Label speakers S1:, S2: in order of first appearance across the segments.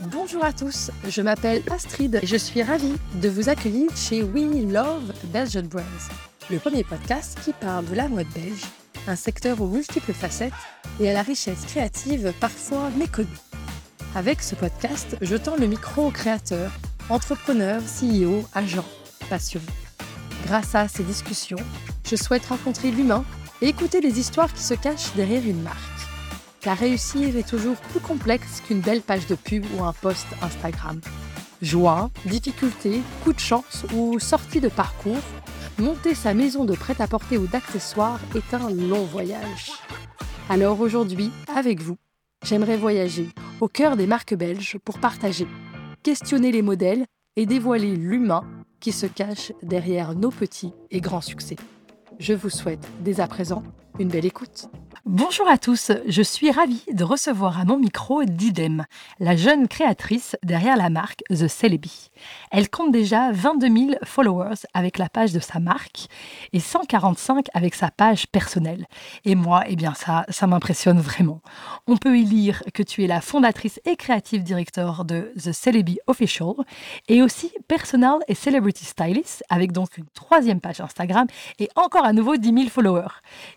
S1: Bonjour à tous, je m'appelle Astrid et je suis ravie de vous accueillir chez We Love Belgian Brands, le premier podcast qui parle de la mode belge, un secteur aux multiples facettes et à la richesse créative parfois méconnue. Avec ce podcast, je tends le micro aux créateurs, entrepreneurs, CEO, agents, passionnés. Grâce à ces discussions, je souhaite rencontrer l'humain et écouter les histoires qui se cachent derrière une marque. Car réussir est toujours plus complexe qu'une belle page de pub ou un post Instagram. Joie, difficultés, coup de chance ou sortie de parcours, monter sa maison de prêt-à-porter ou d'accessoires est un long voyage. Alors aujourd'hui, avec vous, j'aimerais voyager au cœur des marques belges pour partager, questionner les modèles et dévoiler l'humain qui se cache derrière nos petits et grands succès. Je vous souhaite dès à présent une belle écoute. Bonjour à tous, je suis ravie de recevoir à mon micro Didem, la jeune créatrice derrière la marque The Celebi. Elle compte déjà 22 000 followers avec la page de sa marque et 145 avec sa page personnelle. Et moi, eh bien ça, ça m'impressionne vraiment. On peut y lire que tu es la fondatrice et créative directeur de The Celebi Official et aussi Personal et Celebrity Stylist avec donc une troisième page Instagram et encore à nouveau 10 000 followers.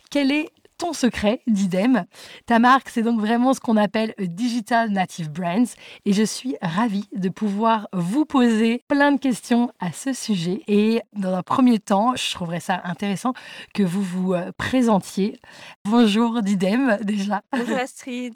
S1: Quel est ton secret d'idem. Ta marque, c'est donc vraiment ce qu'on appelle Digital Native Brands et je suis ravie de pouvoir vous poser plein de questions à ce sujet. Et dans un premier temps, je trouverais ça intéressant que vous vous euh, présentiez. Bonjour d'idem déjà.
S2: Bonjour Astrid.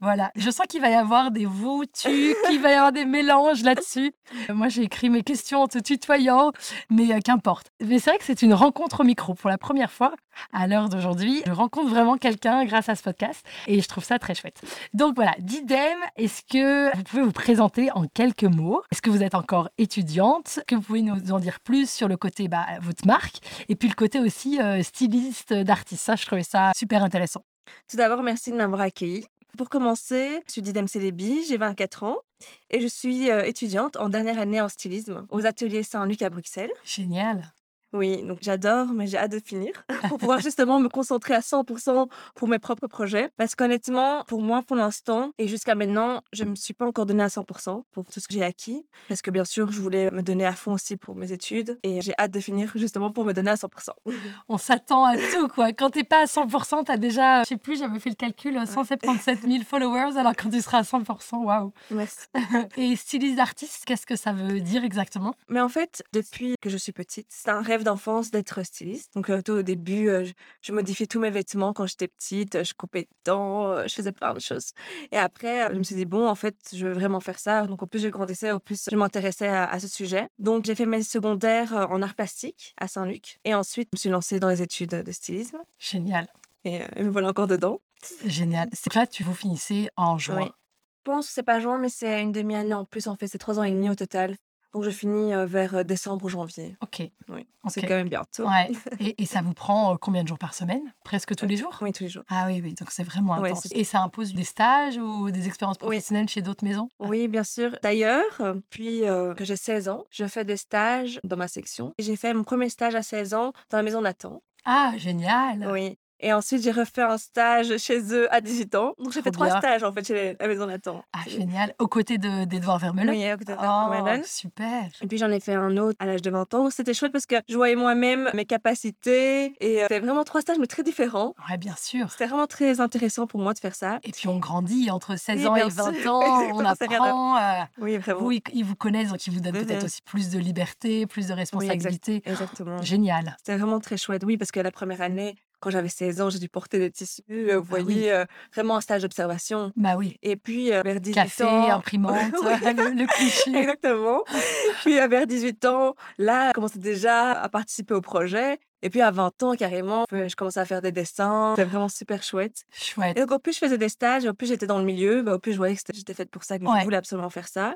S1: Voilà, je sens qu'il va y avoir des vous, tu, qu'il va y avoir des mélanges là-dessus. Euh, Moi, j'ai écrit mes questions en te tutoyant, mais euh, qu'importe. Mais c'est vrai que c'est une rencontre au micro pour la première fois à l'heure d'aujourd'hui. Je rencontre vraiment quelqu'un grâce à ce podcast et je trouve ça très chouette. Donc voilà, Didem, est-ce que vous pouvez vous présenter en quelques mots Est-ce que vous êtes encore étudiante Est-ce Que vous pouvez nous en dire plus sur le côté bah, votre marque et puis le côté aussi euh, styliste euh, d'artiste. Ça, je trouvais ça super intéressant.
S2: Tout d'abord, merci de m'avoir accueillie. Pour commencer, je suis Didem Celebi, j'ai 24 ans et je suis euh, étudiante en dernière année en stylisme aux ateliers Saint-Luc à Bruxelles.
S1: Génial.
S2: Oui, donc j'adore, mais j'ai hâte de finir pour pouvoir justement me concentrer à 100% pour mes propres projets. Parce qu'honnêtement, pour moi, pour l'instant, et jusqu'à maintenant, je ne me suis pas encore donnée à 100% pour tout ce que j'ai acquis. Parce que bien sûr, je voulais me donner à fond aussi pour mes études et j'ai hâte de finir justement pour me donner à 100%.
S1: On s'attend à tout, quoi. Quand t'es pas à 100%, t'as déjà, euh, je sais plus, j'avais fait le calcul, euh, 177 000 followers, alors quand tu seras à 100%, waouh.
S2: Merci.
S1: Et styliste d'artiste, qu'est-ce que ça veut dire exactement
S2: Mais en fait, depuis que je suis petite, c'est un rêve d'enfance d'être styliste. Donc, euh, tout au début, euh, je, je modifiais tous mes vêtements quand j'étais petite. euh, Je coupais dedans, euh, je faisais plein de choses. Et après, euh, je me suis dit, bon, en fait, je veux vraiment faire ça. Donc, en plus, je grandissais, en plus, je m'intéressais à, à ce sujet. Donc, j'ai fait mes secondaires euh, en art plastique à Saint-Luc. Et ensuite, je me suis lancée dans les études de stylisme.
S1: Génial,
S2: Et, euh, et me voilà encore dedans.
S1: génial. C'est que là, tu vous finissez en juin.
S2: Oui. Je pense que c'est pas juin, mais c'est une demi-année en plus. En fait, c'est trois ans et demi au total. Donc, je finis euh, vers euh, décembre ou janvier.
S1: Ok.
S2: Oui,
S1: Ok.
S2: c'est quand même bientôt.
S1: Ouais. Et, et ça vous prend euh, combien de jours par semaine Presque tous les jours
S2: Oui, tous les jours.
S1: Ah oui, oui, donc c'est vraiment
S2: Ouais,
S1: intense.
S2: c'est-
S1: et ça impose des stages ou des expériences
S2: Oui.
S1: professionnelles chez d'autres maisons
S2: Oui, bien sûr. D'ailleurs, euh, depuis euh, que j'ai 16 ans, je fais des stages dans ma section. Et J'ai fait mon premier stage à 16 ans dans la maison Nathan.
S1: Ah, génial
S2: Oui. Et ensuite, j'ai refait un stage chez eux à 18 ans. Donc, j'ai
S1: Trop
S2: fait trois
S1: bien.
S2: stages, en fait, chez la maison Nathan.
S1: Ah, génial Aux côtés de- d'Edouard Vermeulen
S2: Oui, à côté de
S1: Oh,
S2: Vermeulen.
S1: super
S2: Et puis j'en ai fait un autre à l'âge de 20 ans. C'était chouette parce que je voyais moi-même mes capacités et euh, c'était vraiment trois stages mais très différents.
S1: Ouais, bien sûr
S2: C'était vraiment très intéressant pour moi de faire ça.
S1: et puis on grandit entre 16
S2: Oui,
S1: ans et
S2: bien sûr.
S1: 20 ans, on
S2: Exactement, c'est rien à-
S1: apprend. euh,
S2: Oui, vraiment.
S1: vous, ils, ils vous connaissent, donc ils vous donnent
S2: Mhm.
S1: peut-être aussi plus de liberté, plus de responsabilité.
S2: Exactement.
S1: Génial.
S2: C'était vraiment très chouette, oui, parce que la première année, quand j'avais 16 ans, j'ai dû porter des tissus, euh, vous
S1: Ah oui.
S2: voyez, euh, vraiment un stage d'observation.
S1: Bah oui.
S2: Et puis, euh, vers 18
S1: Café,
S2: ans...
S1: imprimante,
S2: Oui.
S1: le, le cliché.
S2: Exactement. Puis euh, vers 18 ans, là, je commençais déjà à participer au projet. Et puis à 20 ans, carrément, euh, je commençais à faire des dessins. C'était vraiment super chouette.
S1: Chouette.
S2: Et donc, au plus je faisais des stages, au plus j'étais dans le milieu, bah, au plus je voyais que c'était- j'étais faite pour ça, que
S1: Ouais.
S2: je voulais absolument faire ça.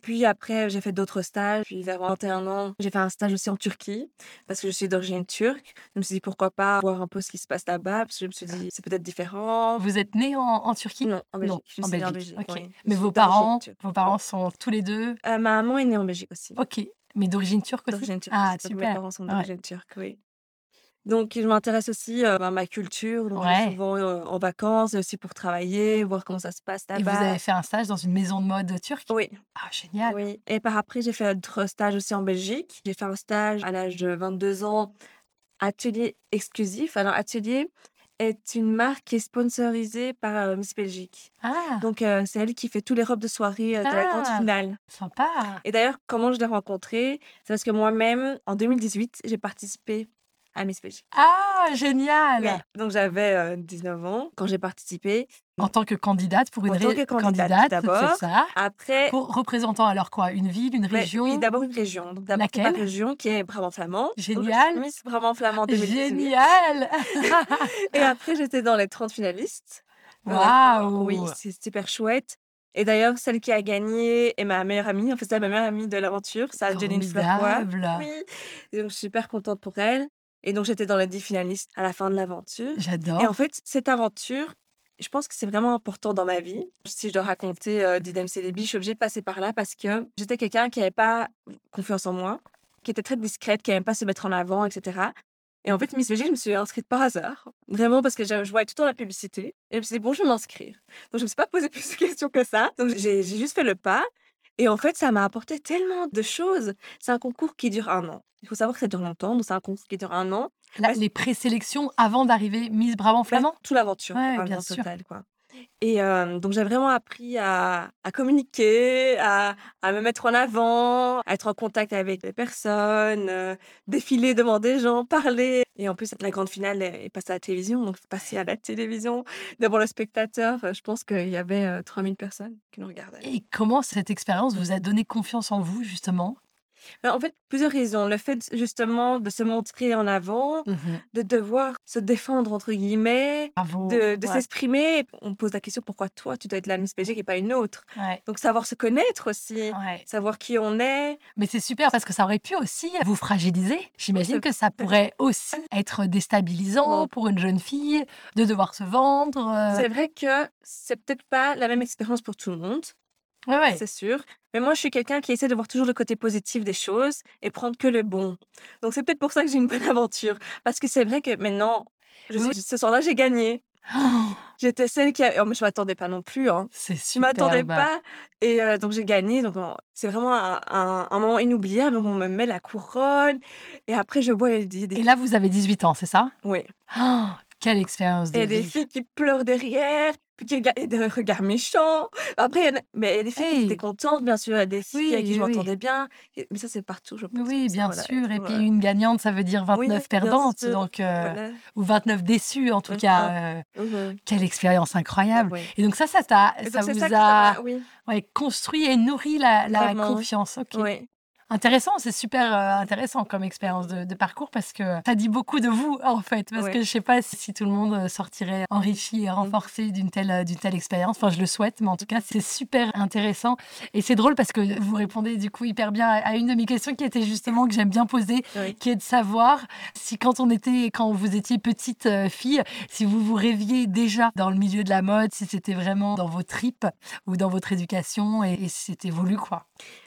S2: Puis après, j'ai fait d'autres stages. Puis vers 21 ans, j'ai fait un stage aussi en Turquie parce que je suis d'origine turque. Je me suis dit pourquoi pas voir un peu ce qui se passe là-bas parce que je me suis dit c'est peut-être différent.
S1: Vous êtes né en, en Turquie
S2: Non, en Belgique. je
S1: en
S2: suis née
S1: Belgique.
S2: en Belgique.
S1: ok.
S2: oui.
S1: Mais
S2: Je
S1: vos
S2: suis d'origine
S1: parents,
S2: turque.
S1: vos parents sont tous les deux.
S2: Euh, ma maman est née en Belgique aussi.
S1: Ok. Mais d'origine turque aussi.
S2: D'origine turque.
S1: Ah
S2: Donc, Mes
S1: super.
S2: parents sont
S1: Ouais.
S2: d'origine turque, oui. Donc, je m'intéresse aussi euh, à ma culture. Donc, je vais
S1: Ouais.
S2: souvent euh, en vacances, et aussi pour travailler, voir comment ça se passe
S1: Et vous
S2: là-bas.
S1: avez fait un stage dans une maison de mode turque
S2: Oui,
S1: Ah, génial
S2: oui. Et par après, j'ai fait d'autres stages aussi en Belgique. J'ai fait un stage à l'âge de 22 ans, Atelier Exclusif. Alors, Atelier est une marque qui est sponsorisée par euh, Miss Belgique.
S1: Ah,
S2: Donc, euh, c'est elle qui fait tous les robes de soirée euh, de la grande
S1: Ah.
S2: finale.
S1: sympa
S2: Et d'ailleurs, comment je l'ai rencontrée C'est parce que moi-même, en 2018, j'ai participé à Miss Belgique.
S1: Ah, génial
S2: Ouais. Donc j'avais euh, 19 ans quand j'ai participé.
S1: En tant que candidate pour une
S2: En tant
S1: ré-
S2: que candidate, d'abord.
S1: c'est ça.
S2: Après,
S1: Pour représentant alors quoi Une ville, une
S2: mais
S1: région
S2: oui, d'abord une région. Donc d'abord
S1: Laquelle
S2: ma région qui est Brabant flamand. Donc,
S1: Génial.
S2: je suis Miss Brabant flamand 2018.
S1: Génial
S2: Et après j'étais dans les 30 finalistes. Ouais.
S1: Waouh
S2: Oui, c'est super chouette. Et d'ailleurs, celle qui a gagné est ma meilleure amie. En fait, c'est ma meilleure amie de l'aventure. Ça, Janine Fleurpois.
S1: Formidable.
S2: Oui. Et donc, je suis super contente pour elle. Et donc, j'étais dans les 10 finalistes à la fin de l'aventure.
S1: J'adore.
S2: Et en fait, cette aventure, je pense que c'est vraiment important dans ma vie. Si je dois raconter euh, Didem Celebi, je suis obligée de passer par là parce que j'étais quelqu'un qui n'avait pas confiance en moi, qui était très discrète, qui n'aimait pas se mettre en avant, etc. Et en fait, Miss Belgique, je me suis inscrite par hasard. Vraiment, parce que je, je voyais tout le temps la publicité. Et je me suis dit, bon, je vais m'inscrire. Donc, je ne me suis pas posé plus de questions que ça. Donc, j'ai j'ai juste fait le pas. Et en fait, ça m'a apporté tellement de choses. C'est un concours qui dure un an. Il faut savoir que ça dure longtemps. Donc, c'est un concours qui dure un an.
S1: La- les présélections avant d'arriver Miss Brabant Flamand
S2: Tout l'aventure,
S1: Ouais,
S2: un
S1: bien
S2: grand
S1: sûr.
S2: total, quoi. Et euh, donc, j'ai vraiment appris à, à communiquer, à, à me mettre en avant, à être en contact avec les personnes, euh, défiler devant des gens, parler. Et en plus, la grande finale est, est passée à la télévision. Donc, passer à la télévision devant le spectateur, enfin, je pense qu'il y avait euh, 3000 personnes qui nous regardaient.
S1: Et comment cette expérience vous a donné confiance en vous, justement
S2: Alors, en fait, plusieurs raisons. Le fait, justement, de se montrer en avant, de devoir se défendre, entre guillemets,
S1: Bravo.
S2: de, de
S1: Mmh, Ouais.
S2: s'exprimer. On me pose la question pourquoi toi, tu dois être la Miss Belgique et pas une autre.
S1: Ouais,
S2: Donc savoir se connaître aussi,
S1: ouais.
S2: savoir qui on est.
S1: Mais c'est super parce que ça aurait pu aussi vous fragiliser. J'imagine que ça pourrait aussi être déstabilisant
S2: Ouais.
S1: pour une jeune fille de devoir se vendre. euh,
S2: C'est vrai que c'est peut-être pas la même expérience pour tout le monde,
S1: Ouais, ouais.
S2: c'est sûr. Mais moi, je suis quelqu'un qui essaie de voir toujours le côté positif des choses et prendre que le bon. Donc c'est peut-être pour ça que j'ai une bonne aventure. Parce que c'est vrai que maintenant, je
S1: Oui.
S2: suis- ce soir-là, j'ai gagné.
S1: Oh,
S2: J'étais celle qui a... oh, mais je m'attendais pas non plus. Hein.
S1: c'est
S2: Je
S1: super. bah.
S2: m'attendais pas. Et euh, donc, j'ai gagné. Donc, on- c'est vraiment un, un- un moment inoubliable. où On me met la couronne. Et après, je vois des, des-
S1: Et là, vous avez 18 ans, c'est ça
S2: oui.
S1: Oh, Quelle expérience de
S2: Et des
S1: vie.
S2: filles qui pleurent derrière. Puis qui regardent- et des regards méchants. Après, il y en a- mais il y a des filles qui
S1: Hey.
S2: étaient contentes, bien sûr. Il y a des filles
S1: Oui,
S2: avec qui je
S1: oui.
S2: m'entendais bien. Et- Mais ça, c'est partout, je pense.
S1: Oui,
S2: Ça,
S1: bien
S2: voilà.
S1: sûr. Et puis
S2: Voilà.
S1: une gagnante, ça veut dire
S2: Oui,
S1: 29
S2: bien
S1: perdantes,
S2: sûr.
S1: donc euh,
S2: Voilà.
S1: ou 29 déçues en tout
S2: Mhm.
S1: cas. euh,
S2: Mhm.
S1: quelle expérience incroyable.
S2: Ouais.
S1: Et donc ça, ça, t'a-
S2: Et donc,
S1: ça
S2: c'est
S1: vous
S2: ça qui
S1: a
S2: m'a- Oui.
S1: ouais, construit et nourri la, la
S2: Vraiment.
S1: confiance. Ok.
S2: oui.
S1: Intéressant, c'est super euh, intéressant comme expérience de, de parcours parce que ça dit beaucoup de vous en fait. Parce
S2: Ouais. Mm.
S1: que je sais pas si, si tout le monde euh, sortirait enrichi et renforcé d'une telle, euh, d'une telle expérience. Enfin, je le souhaite, mais en tout cas, c'est super intéressant. Et c'est drôle parce que vous répondez du coup hyper bien à, à une de mes questions qui était justement que j'aime bien poser,
S2: Oui.
S1: qui est de savoir si quand on était, quand vous étiez petite euh, fille, si vous vous rêviez déjà dans le milieu de la mode, si c'était vraiment dans vos tripes ou dans votre éducation et, et si c'était voulu quoi.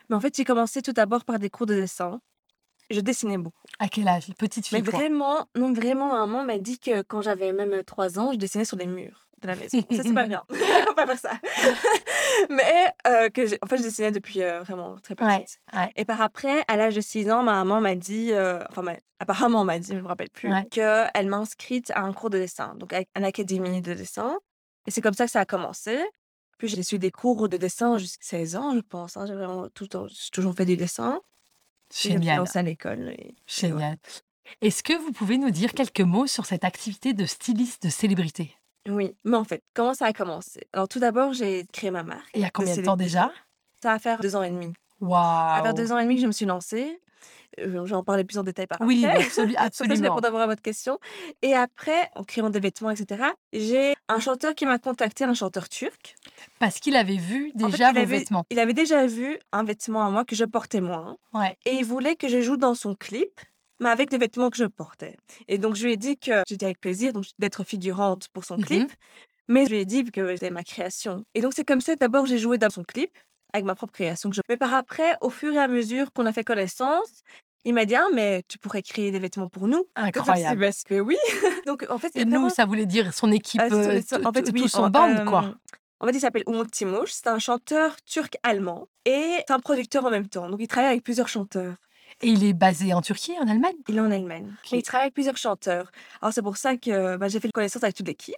S2: Mais en fait, j'ai commencé tout d'abord par des cours de dessin. Je dessinais beaucoup.
S1: À quel âge Petite fille.
S2: Mais
S1: quoi.
S2: vraiment, non, vraiment, maman m'a dit que quand j'avais même 3 ans, je dessinais sur les murs de la maison. ça, c'est pas bien. Faut pas faire ça. Mais euh, que j'ai- en fait, je dessinais depuis euh, vraiment très petite.
S1: Ouais, ouais.
S2: Et par après, à l'âge de 6 ans, ma maman m'a dit, euh, enfin, ma- apparemment, m'a dit, je me rappelle plus,
S1: Ouais.
S2: qu'elle m'a inscrite à un cours de dessin, donc à une académie de dessin. Et c'est comme ça que ça a commencé. Puis j'ai suivi des cours de dessin jusqu'à 16 ans, je pense. hein. J'ai vraiment tout le temps- j'ai toujours fait du dessin. Et J'ai
S1: Génial,
S2: commencé à l'école. et- et voilà.
S1: génial. Est-ce que vous pouvez nous dire quelques mots sur cette activité de styliste de célébrité
S2: Oui, mais en fait, comment ça a commencé Alors tout d'abord, j'ai créé ma marque.
S1: Et il y a combien de temps déjà
S2: Ça va faire deux ans et demi. Ça va
S1: Waouh
S2: faire Ah, deux ans et demi que je me suis lancée. Euh, J'en parlais plus en détail par
S1: Oui,
S2: après.
S1: absolu-
S2: Ça, c'est
S1: absolument.
S2: pour d'abord à votre question. Et après, en créant des vêtements, etc., j'ai un chanteur qui m'a contacté, un chanteur turc.
S1: Parce qu'il avait vu
S2: En fait,
S1: déjà
S2: il
S1: vos
S2: avait-
S1: vêtements.
S2: Il avait déjà vu un vêtement à moi que je portais moins.
S1: Ouais.
S2: Et il voulait que je joue dans son clip, mais avec les vêtements que je portais. Et donc, je lui ai dit que j'étais avec plaisir donc d'être figurante pour son
S1: Mhm.
S2: clip, mais je lui ai dit que c'était ma création. Et donc, c'est comme ça, d'abord, j'ai joué dans son clip, avec ma propre création. Que je... Mais par après, au fur et à mesure qu'on a fait connaissance, Il m'a dit, ah, mais tu pourrais créer des vêtements pour nous.
S1: Incroyable.
S2: Parce que oui. Donc, en fait,
S1: Et nous, ça voulait dire son équipe,
S2: Ah, c'est-
S1: euh,
S2: c'est-
S1: tout-
S2: en fait,
S1: tout
S2: oui,
S1: tout son
S2: en-
S1: band,
S2: euh,
S1: quoi.
S2: En fait, il s'appelle Umut Timouche. C'est un chanteur turc-allemand et c'est un producteur en même temps. Donc, il travaille avec plusieurs chanteurs.
S1: Et il est basé en Turquie, en Allemagne.
S2: Il est en Allemagne.
S1: Ok.
S2: Mais il travaille avec plusieurs chanteurs. Alors, c'est pour ça que euh, bah, j'ai fait connaissance avec toute l'équipe.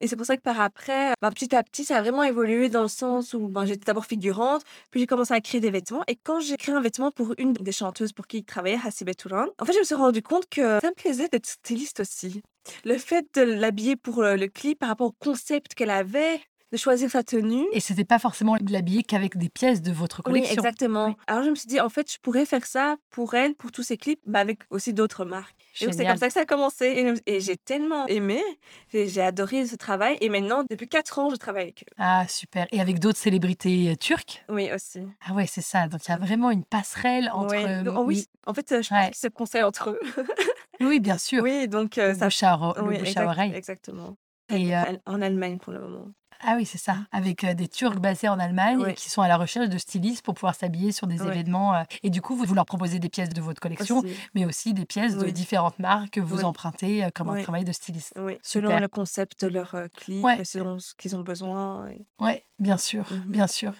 S2: Et c'est pour ça que par après, bah, petit à petit, ça a vraiment évolué dans le sens où bah, j'étais d'abord figurante, puis j'ai commencé à créer des vêtements. Et quand j'ai créé un vêtement pour une des chanteuses pour qui il travaillait, Hasibe Touran, en fait, je me suis rendu compte que ça me plaisait d'être styliste aussi. Le fait de l'habiller pour euh, le clip par rapport au concept qu'elle avait, de choisir sa tenue.
S1: Et c'était pas forcément de l'habiller qu'avec des pièces de votre
S2: Oui,
S1: collection.
S2: exactement.
S1: Oui.
S2: Alors je me suis dit, en fait, je pourrais faire ça pour elle, pour tous ses clips, mais avec aussi d'autres marques. Et donc, c'est
S1: Génial.
S2: comme ça que ça a commencé. Et, et j'ai tellement aimé, j'ai j'ai adoré ce travail. Et maintenant, depuis 4 ans, je travaille avec eux.
S1: Ah, super. Et avec d'autres célébrités euh, turques.
S2: Oui, aussi.
S1: Ah ouais, c'est ça. Donc il y a vraiment une passerelle entre.
S2: Ouais.
S1: euh,
S2: Donc, oh oui, en fait, euh, je pense
S1: Ouais.
S2: qu'ils se conseillent entre eux.
S1: oui, bien sûr.
S2: oui, donc euh,
S1: Le
S2: ça.
S1: bouche à, oro- le
S2: oui,
S1: bouche à
S2: exact-
S1: oreille.
S2: Exactement.
S1: Et, euh,
S2: Al- En Allemagne pour le moment.
S1: ah oui, c'est ça. Avec euh, des Turcs basés en Allemagne et
S2: Mmh. Oui.
S1: qui sont à la recherche de stylistes pour pouvoir s'habiller sur des
S2: Oui.
S1: événements. euh, et du coup, vous, vous leur proposez des pièces de votre collection,
S2: Aussi.
S1: mais aussi des pièces de
S2: Oui.
S1: différentes marques que vous
S2: Oui.
S1: empruntez euh, comme un
S2: Oui.
S1: travail de styliste.
S2: Oui, selon
S1: Super.
S2: le concept de leur euh, clip,
S1: Ouais. Mmh.
S2: et selon ce qu'ils ont besoin. et-
S1: Ouais, bien sûr,
S2: Mhm.
S1: bien sûr.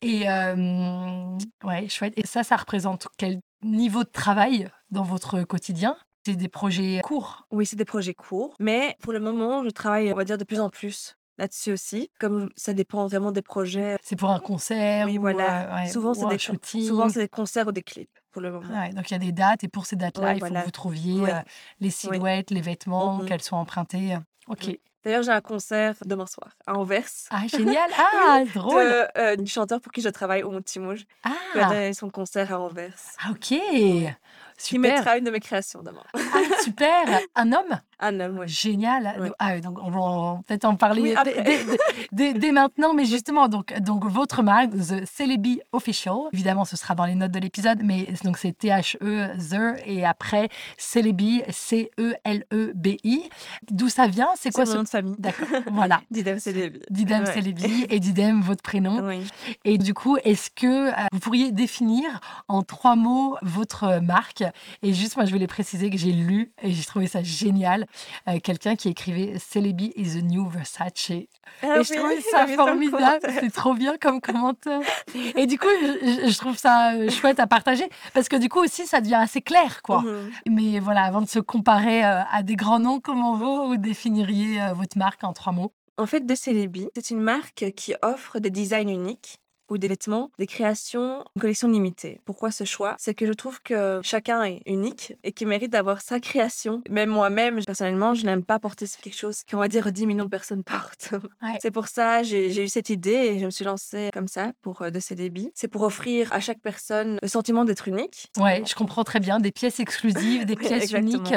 S1: Et euh, ouais, chouette. Et ça, ça représente quel niveau de travail dans votre quotidien C'est des projets courts.
S2: Oui, c'est des projets courts, mais pour le moment, je travaille, on va dire, de plus en plus là-dessus aussi. Comme ça dépend vraiment des projets.
S1: C'est pour un concert
S2: Oui,
S1: ou,
S2: voilà.
S1: euh, ouais,
S2: Souvent,
S1: ou
S2: c'est
S1: un
S2: des,
S1: shooting.
S2: souvent, c'est des concerts ou des clips pour le moment.
S1: Ouais, donc il y a des dates et pour ces dates-là,
S2: Ah. Ouais,
S1: il faut
S2: voilà.
S1: que vous trouviez
S2: Ouais.
S1: euh, les silhouettes, les vêtements,
S2: Mhm.
S1: qu'elles soient empruntées. euh. Ok.
S2: Ouais. D'ailleurs, j'ai un concert demain soir à Anvers.
S1: Ah, génial. Ah, drôle.
S2: de, euh, du chanteur pour qui je travaille, Oumou Timouche, qui va
S1: Ah,
S2: donner son concert à Anvers.
S1: ah, ok.
S2: Qui
S1: Super.
S2: mettra une de mes créations demain.
S1: Ah, super. Un homme
S2: Un homme, oui.
S1: Génial.
S2: Ouais.
S1: Donc- ah oui, donc on va en- peut-être en parler
S2: Oui,
S1: dès-
S2: après.
S1: dès, dès- dès maintenant, mais justement, donc, donc votre marque, The Celebi Official, évidemment, ce sera dans les notes de l'épisode, mais donc c'est T-H-E, The, et après Celebi, E C-E-L-E-B-I. D'où ça vient C'est quoi
S2: C'est mon
S1: ce.
S2: nom de famille.
S1: D'accord, voilà.
S2: Didem, c'est début.
S1: Didem
S2: Ouais.
S1: Celebi et Didem, votre prénom.
S2: Oui.
S1: Et du coup, est-ce que euh, vous pourriez définir en trois mots votre euh, marque Et juste, moi, je voulais préciser que j'ai lu et j'ai trouvé ça génial. euh, Quelqu'un qui écrivait Celebi is the new Versace. Et
S2: Ah
S1: je
S2: oui,
S1: trouvais
S2: j'avais
S1: ça
S2: dans le
S1: formidable.
S2: commentaire.
S1: C'est trop bien comme commentaire. Et du coup, je, je- je trouve ça euh, chouette à partager parce que du coup aussi, ça devient assez clair, quoi.
S2: Mhm.
S1: Mais voilà, avant de se comparer euh, à des grands noms, comment vous, vous définiriez euh, votre marque en trois mots
S2: En fait, De Celebi, c'est une marque qui offre des designs uniques ou des vêtements, des créations, une collection limitée. Pourquoi ce choix C'est que je trouve que chacun est unique et qui mérite d'avoir sa création. Même moi-même, personnellement, je n'aime pas porter quelque chose qu'on va dire 10 millions de personnes portent.
S1: Ouais.
S2: C'est pour ça j'ai j'ai eu cette idée et je me suis lancée comme ça pour euh, De Celebi. C'est pour offrir à chaque personne le sentiment d'être unique.
S1: Ouais, je comprends très bien. Des pièces exclusives, des
S2: Oui,
S1: pièces
S2: exactement.
S1: uniques,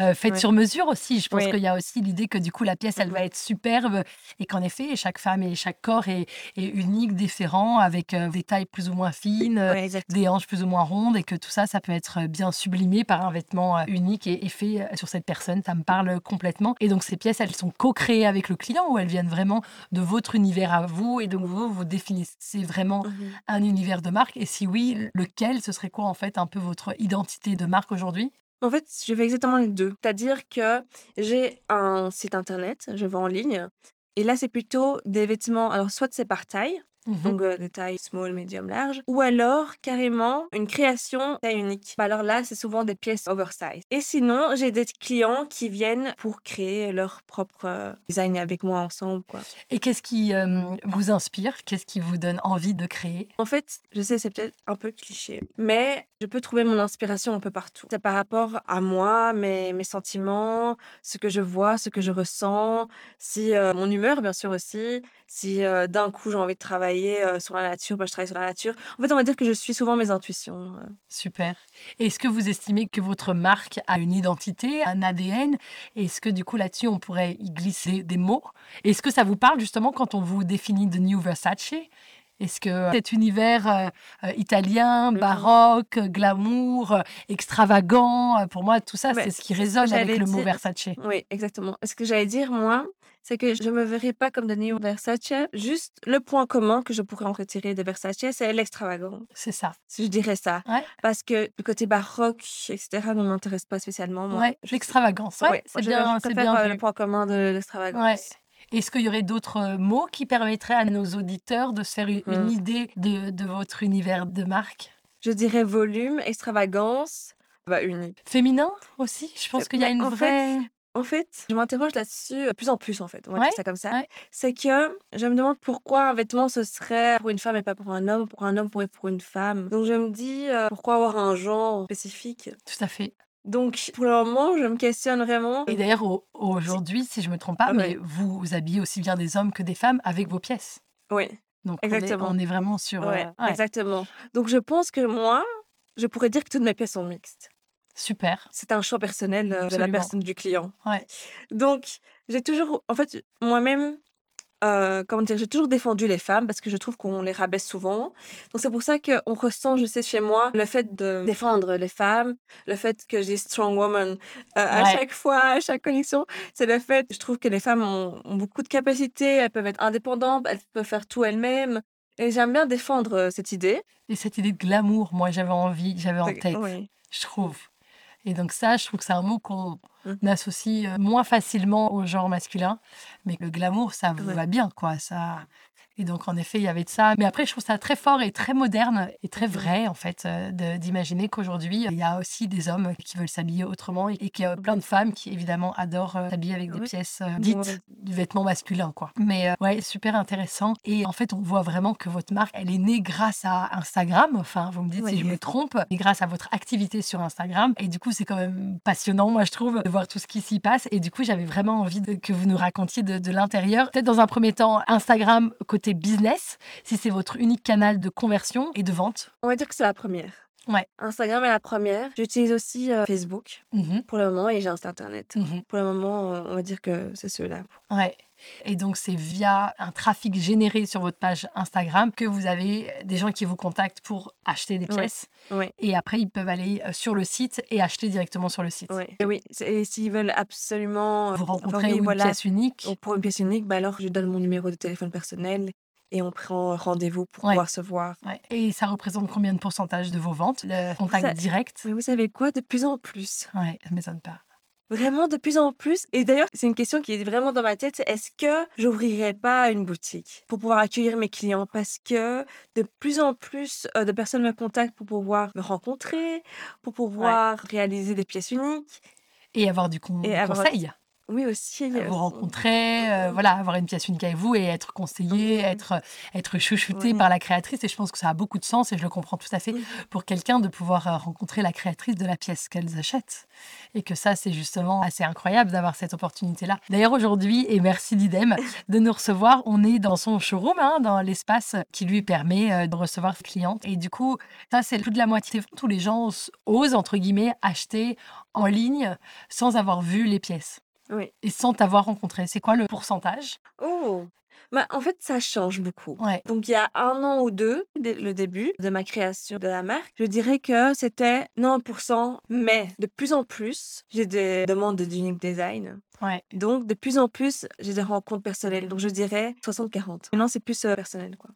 S1: euh, faites
S2: Ouais.
S1: sur mesure aussi. Je pense
S2: Oui.
S1: qu'il y a aussi l'idée que du coup, la pièce, elle va être superbe et qu'en effet, chaque femme et chaque corps est, est unique, différent, avec euh, des tailles plus ou moins fines, euh,
S2: Ouais, exactement.
S1: des hanches plus ou moins rondes et que tout ça, ça peut être euh, bien sublimé par un vêtement euh, unique et, et fait euh, sur cette personne. Ça me parle complètement. Et donc, ces pièces, elles sont co-créées avec le client ou elles viennent vraiment de votre univers à vous et donc vous, vous définissez vraiment
S2: Mhm.
S1: un univers de marque Et si oui, lequel Ce serait quoi en fait un peu votre identité de marque aujourd'hui
S2: En fait, je fais exactement les deux. C'est-à-dire que j'ai un site internet, je vends en ligne. Et là, c'est plutôt des vêtements. Alors, soit c'est par taille,
S1: Mhm.
S2: donc euh, des tailles small, medium, large, ou alors carrément une création taille unique. Bah, alors là, c'est souvent des pièces oversize. Et sinon, j'ai des clients qui viennent pour créer leur propre euh, design avec moi ensemble. Quoi.
S1: Et qu'est-ce qui euh, vous inspire Qu'est-ce qui vous donne envie de créer
S2: En fait, je sais, c'est peut-être un peu cliché, mais je peux trouver mon inspiration un peu partout. C'est par rapport à moi, mes, mes sentiments, ce que je vois, ce que je ressens, si euh, mon humeur, bien sûr aussi, si euh, d'un coup j'ai envie de travailler euh, sur la nature, bah, je travaille sur la nature. En fait, on va dire que je suis souvent mes intuitions. euh.
S1: Super. Est-ce que vous estimez que votre marque a une identité, un ADN Est-ce que du coup là-dessus on pourrait y glisser des mots Est-ce que ça vous parle justement quand on vous définit de New Versace Est-ce que cet univers euh, euh, italien,
S2: Mhm.
S1: baroque, glamour, euh, extravagant, euh, pour moi, tout ça,
S2: Ouais,
S1: c'est ce qui résonne
S2: j'allais
S1: avec le mot
S2: dire.
S1: Versace.
S2: Oui, exactement. Ce que j'allais dire, moi, c'est que je ne me verrais pas comme de Neo Versace. Juste le point commun que je pourrais en retirer de Versace, c'est l'extravagance.
S1: C'est ça.
S2: Je dirais ça.
S1: Ouais.
S2: Parce que le côté baroque, etc., ne m'intéresse pas spécialement. Moi.
S1: Ouais,
S2: Je-
S1: l'extravagance. Ouais,
S2: Ouais,
S1: c'est
S2: je-
S1: bien,
S2: Je
S1: c'est
S2: préfère
S1: bien
S2: euh,
S1: vu.
S2: le point commun de l'extravagance.
S1: Ouais. Est-ce qu'il y aurait d'autres euh, mots qui permettraient à nos auditeurs de se faire une, une
S2: Hmm.
S1: idée de, de votre univers de marque
S2: Je dirais volume, extravagance, bah, unique.
S1: Féminin aussi Je pense
S2: C'est-
S1: qu'il y a
S2: mais
S1: une
S2: en fait,
S1: vraie...
S2: En fait, je m'interroge là-dessus de plus en plus, en fait. On va
S1: Ouais,
S2: dire ça comme ça.
S1: ouais.
S2: C'est que je me demande pourquoi un vêtement, ce serait pour une femme et pas pour un homme, pour un homme et pour une femme. Donc, je me dis, euh, pourquoi avoir un genre spécifique
S1: Tout à fait.
S2: Donc, pour le moment, je me questionne vraiment.
S1: Et d'ailleurs, au- aujourd'hui, si je me trompe pas,
S2: Ah
S1: mais
S2: ouais.
S1: vous, vous habillez aussi bien des hommes que des femmes avec vos pièces.
S2: Oui,
S1: Donc on est-
S2: Exactement.
S1: On, est, vraiment sur... euh,
S2: ouais,
S1: ouais.
S2: exactement. Donc, je pense que moi, je pourrais dire que toutes mes pièces sont mixtes.
S1: Super.
S2: C'est un choix personnel euh, de la
S1: Absolument.
S2: personne du client.
S1: Ouais.
S2: Donc, j'ai toujours, en fait, moi-même, euh, comment dire, j'ai toujours défendu les femmes parce que je trouve qu'on les rabaisse souvent. Donc, c'est pour ça qu'on ressent, je sais, chez moi, le fait de défendre les femmes, le fait que j'ai strong woman euh, à
S1: Ouais.
S2: chaque fois, à chaque connexion. C'est le fait, je trouve que les femmes ont, ont beaucoup de capacités, elles peuvent être indépendantes, elles peuvent faire tout elles-mêmes. Et j'aime bien défendre euh, cette idée.
S1: Et cette idée de glamour, moi, j'avais envie, j'avais en
S2: Donc,
S1: tête.
S2: oui.
S1: je trouve. Et donc ça, je trouve que c'est un mot qu'on
S2: Mhm.
S1: associe euh, moins facilement au genre masculin, mais le glamour, ça vous
S2: Ouais.
S1: va bien, quoi. Ça. Et donc en effet, il y avait de ça. Mais après, je trouve ça très fort et très moderne et
S2: Mmh.
S1: très vrai, en fait, euh, de- d'imaginer qu'aujourd'hui, il y a aussi des hommes qui veulent s'habiller autrement et, et qu'il y a plein de femmes qui, évidemment, adorent euh, s'habiller avec des
S2: Ouais. Mmh,
S1: pièces euh, dites
S2: Ouais.
S1: du vêtement masculin, quoi. Mais euh, ouais, super intéressant. Et en fait, on voit vraiment que votre marque, elle est née grâce à Instagram. Enfin, vous me dites si
S2: Ouais.
S1: je me trompe, mais grâce à votre activité sur Instagram. Et du coup, c'est quand même passionnant, moi, je trouve, de voir tout ce qui s'y passe. Et du coup, j'avais vraiment envie de- que vous nous racontiez de, de l'intérieur. Peut-être dans un premier temps, Instagram côté business, si c'est votre unique canal de conversion et de vente.
S2: On va dire que c'est la première.
S1: Ouais.
S2: Instagram est la première. J'utilise aussi euh, Facebook
S1: Mhm,
S2: pour le moment et j'ai un site internet.
S1: mhm.
S2: Pour le moment, euh, on va dire que c'est ceux-là.
S1: Ouais. Et donc, c'est via un trafic généré sur votre page Instagram que vous avez des gens qui vous contactent pour acheter des
S2: Ouais.
S1: pièces.
S2: Ouais.
S1: Et après, ils peuvent aller euh, sur le site et acheter directement sur le site.
S2: Ouais. Et oui, c'est- et s'ils veulent absolument euh,
S1: Vous rencontrez
S2: avoir- oui,
S1: une
S2: voilà,
S1: pièce unique.
S2: ou pour une pièce unique, bah alors je donne mon numéro de téléphone personnel et on prend rendez-vous pour
S1: Ouais.
S2: pouvoir se voir.
S1: Ouais. Et ça représente combien de pourcentage de vos ventes Le contact
S2: Ça-
S1: direct
S2: Mais vous savez quoi, de plus en plus.
S1: Ouais, ça ne m'étonne pas.
S2: Vraiment de plus en plus. Et d'ailleurs, c'est une question qui est vraiment dans ma tête. c'est Est-ce que j'ouvrirai pas une boutique pour pouvoir accueillir mes clients Parce que de plus en plus euh, de personnes me contactent pour pouvoir me rencontrer, pour pouvoir réaliser des pièces uniques.
S1: Et avoir du con-
S2: Et avoir-
S1: conseil.
S2: Oui, aussi. euh,
S1: Vous rencontrer, euh, voilà, avoir une pièce unique avec vous et être conseillé,
S2: Mhm.
S1: être, être chouchouté
S2: Ouais.
S1: par la créatrice. Et je pense que ça a beaucoup de sens et je le comprends tout à fait
S2: Mhm.
S1: pour quelqu'un de pouvoir euh, rencontrer la créatrice de la pièce qu'elles achètent. Et que ça, c'est justement assez incroyable d'avoir cette opportunité-là. D'ailleurs, aujourd'hui, et merci d'idem de nous recevoir, on est dans son showroom, hein, dans l'espace qui lui permet euh, de recevoir ses clientes. Et du coup, ça, c'est plus de la moitié des ventes où les gens os- osent, entre guillemets, acheter en ligne sans avoir vu les pièces
S2: Oui.
S1: et sans t'avoir rencontré. C'est quoi le pourcentage
S2: Oh bah, En fait, ça change beaucoup.
S1: Ouais.
S2: Donc, il y a un an ou deux, dès le début de ma création de la marque, je dirais que c'était 90%, mais de plus en plus, j'ai des demandes d'unique design.
S1: Ouais.
S2: Donc, de plus en plus, j'ai des rencontres personnelles. Donc, je dirais 60-40. Maintenant, c'est plus euh, personnel. Quoi.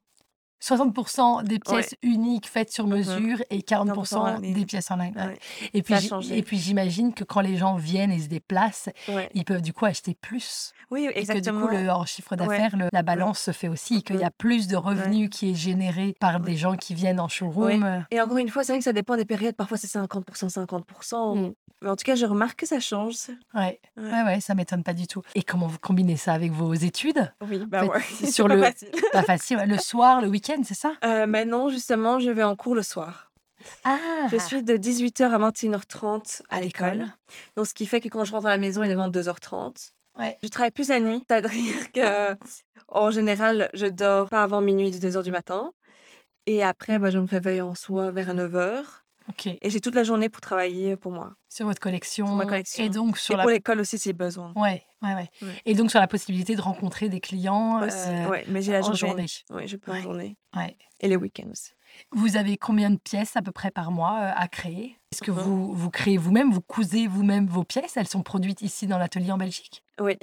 S1: 60% des pièces uniques faites
S2: Mmh.
S1: sur mesure et 40%
S2: 40% en ligne.
S1: des pièces en ligne. ouais.
S2: Ouais.
S1: Et puis
S2: Ça a
S1: j'-
S2: changé.
S1: et puis j'imagine que quand les gens viennent et se déplacent,
S2: Ouais.
S1: ils peuvent du coup acheter plus.
S2: Oui,
S1: Et
S2: exactement.
S1: que du coup, le, en chiffre
S2: Ouais. Mmh.
S1: d'affaires, le- la balance se fait aussi, qu'il y a plus de revenus qui est généré par des gens qui viennent en showroom. Mmh.
S2: Et encore une fois, c'est vrai que ça dépend des périodes. Parfois, c'est 50%, 50%.
S1: Mm.
S2: Mais en tout cas, je remarque que ça change.
S1: Ouais.
S2: Oh. Ouais.
S1: ouais, ouais, ça m'étonne pas du tout. Et comment vous combinez ça avec vos études
S2: Oui, bah
S1: En
S2: ouais.
S1: fait,
S2: C'est
S1: sur
S2: pas
S1: le-
S2: facile.
S1: Pas facile. ouais. Le soir, le week-end, c'est ça
S2: Euh, maintenant, justement, je vais en cours le soir.
S1: Ah
S2: Je suis de 18h à 21h30 à l'école. Donc, ce qui fait que quand je rentre à la maison, il est 22h30.
S1: Ouais.
S2: Je travaille plus la nuit, c'est-à-dire que, en général, je dors pas avant minuit, 2h du matin. Et après, bah, je me réveille en soi vers 9h.
S1: Ok.
S2: Et j'ai toute la journée pour travailler pour moi.
S1: Sur votre collection.
S2: Sur ma collection.
S1: Et donc sur
S2: et
S1: la.
S2: pour l'école aussi, c'est besoin.
S1: Ouais, ouais, ouais,
S2: Ouais.
S1: Et donc sur la possibilité de rencontrer des clients
S2: Aussi,
S1: euh,
S2: ouais, mais j'ai la
S1: en
S2: journée.
S1: journée.
S2: Oui, je peux
S1: Ouais.
S2: en journée.
S1: Ouais.
S2: Et les week-ends aussi.
S1: Vous avez combien de pièces à peu près par mois euh, à créer Est-ce que
S2: Mhm.
S1: vous, vous créez vous-même, vous cousez vous-même vos pièces Elles sont produites ici dans l'atelier en Belgique
S2: Oui.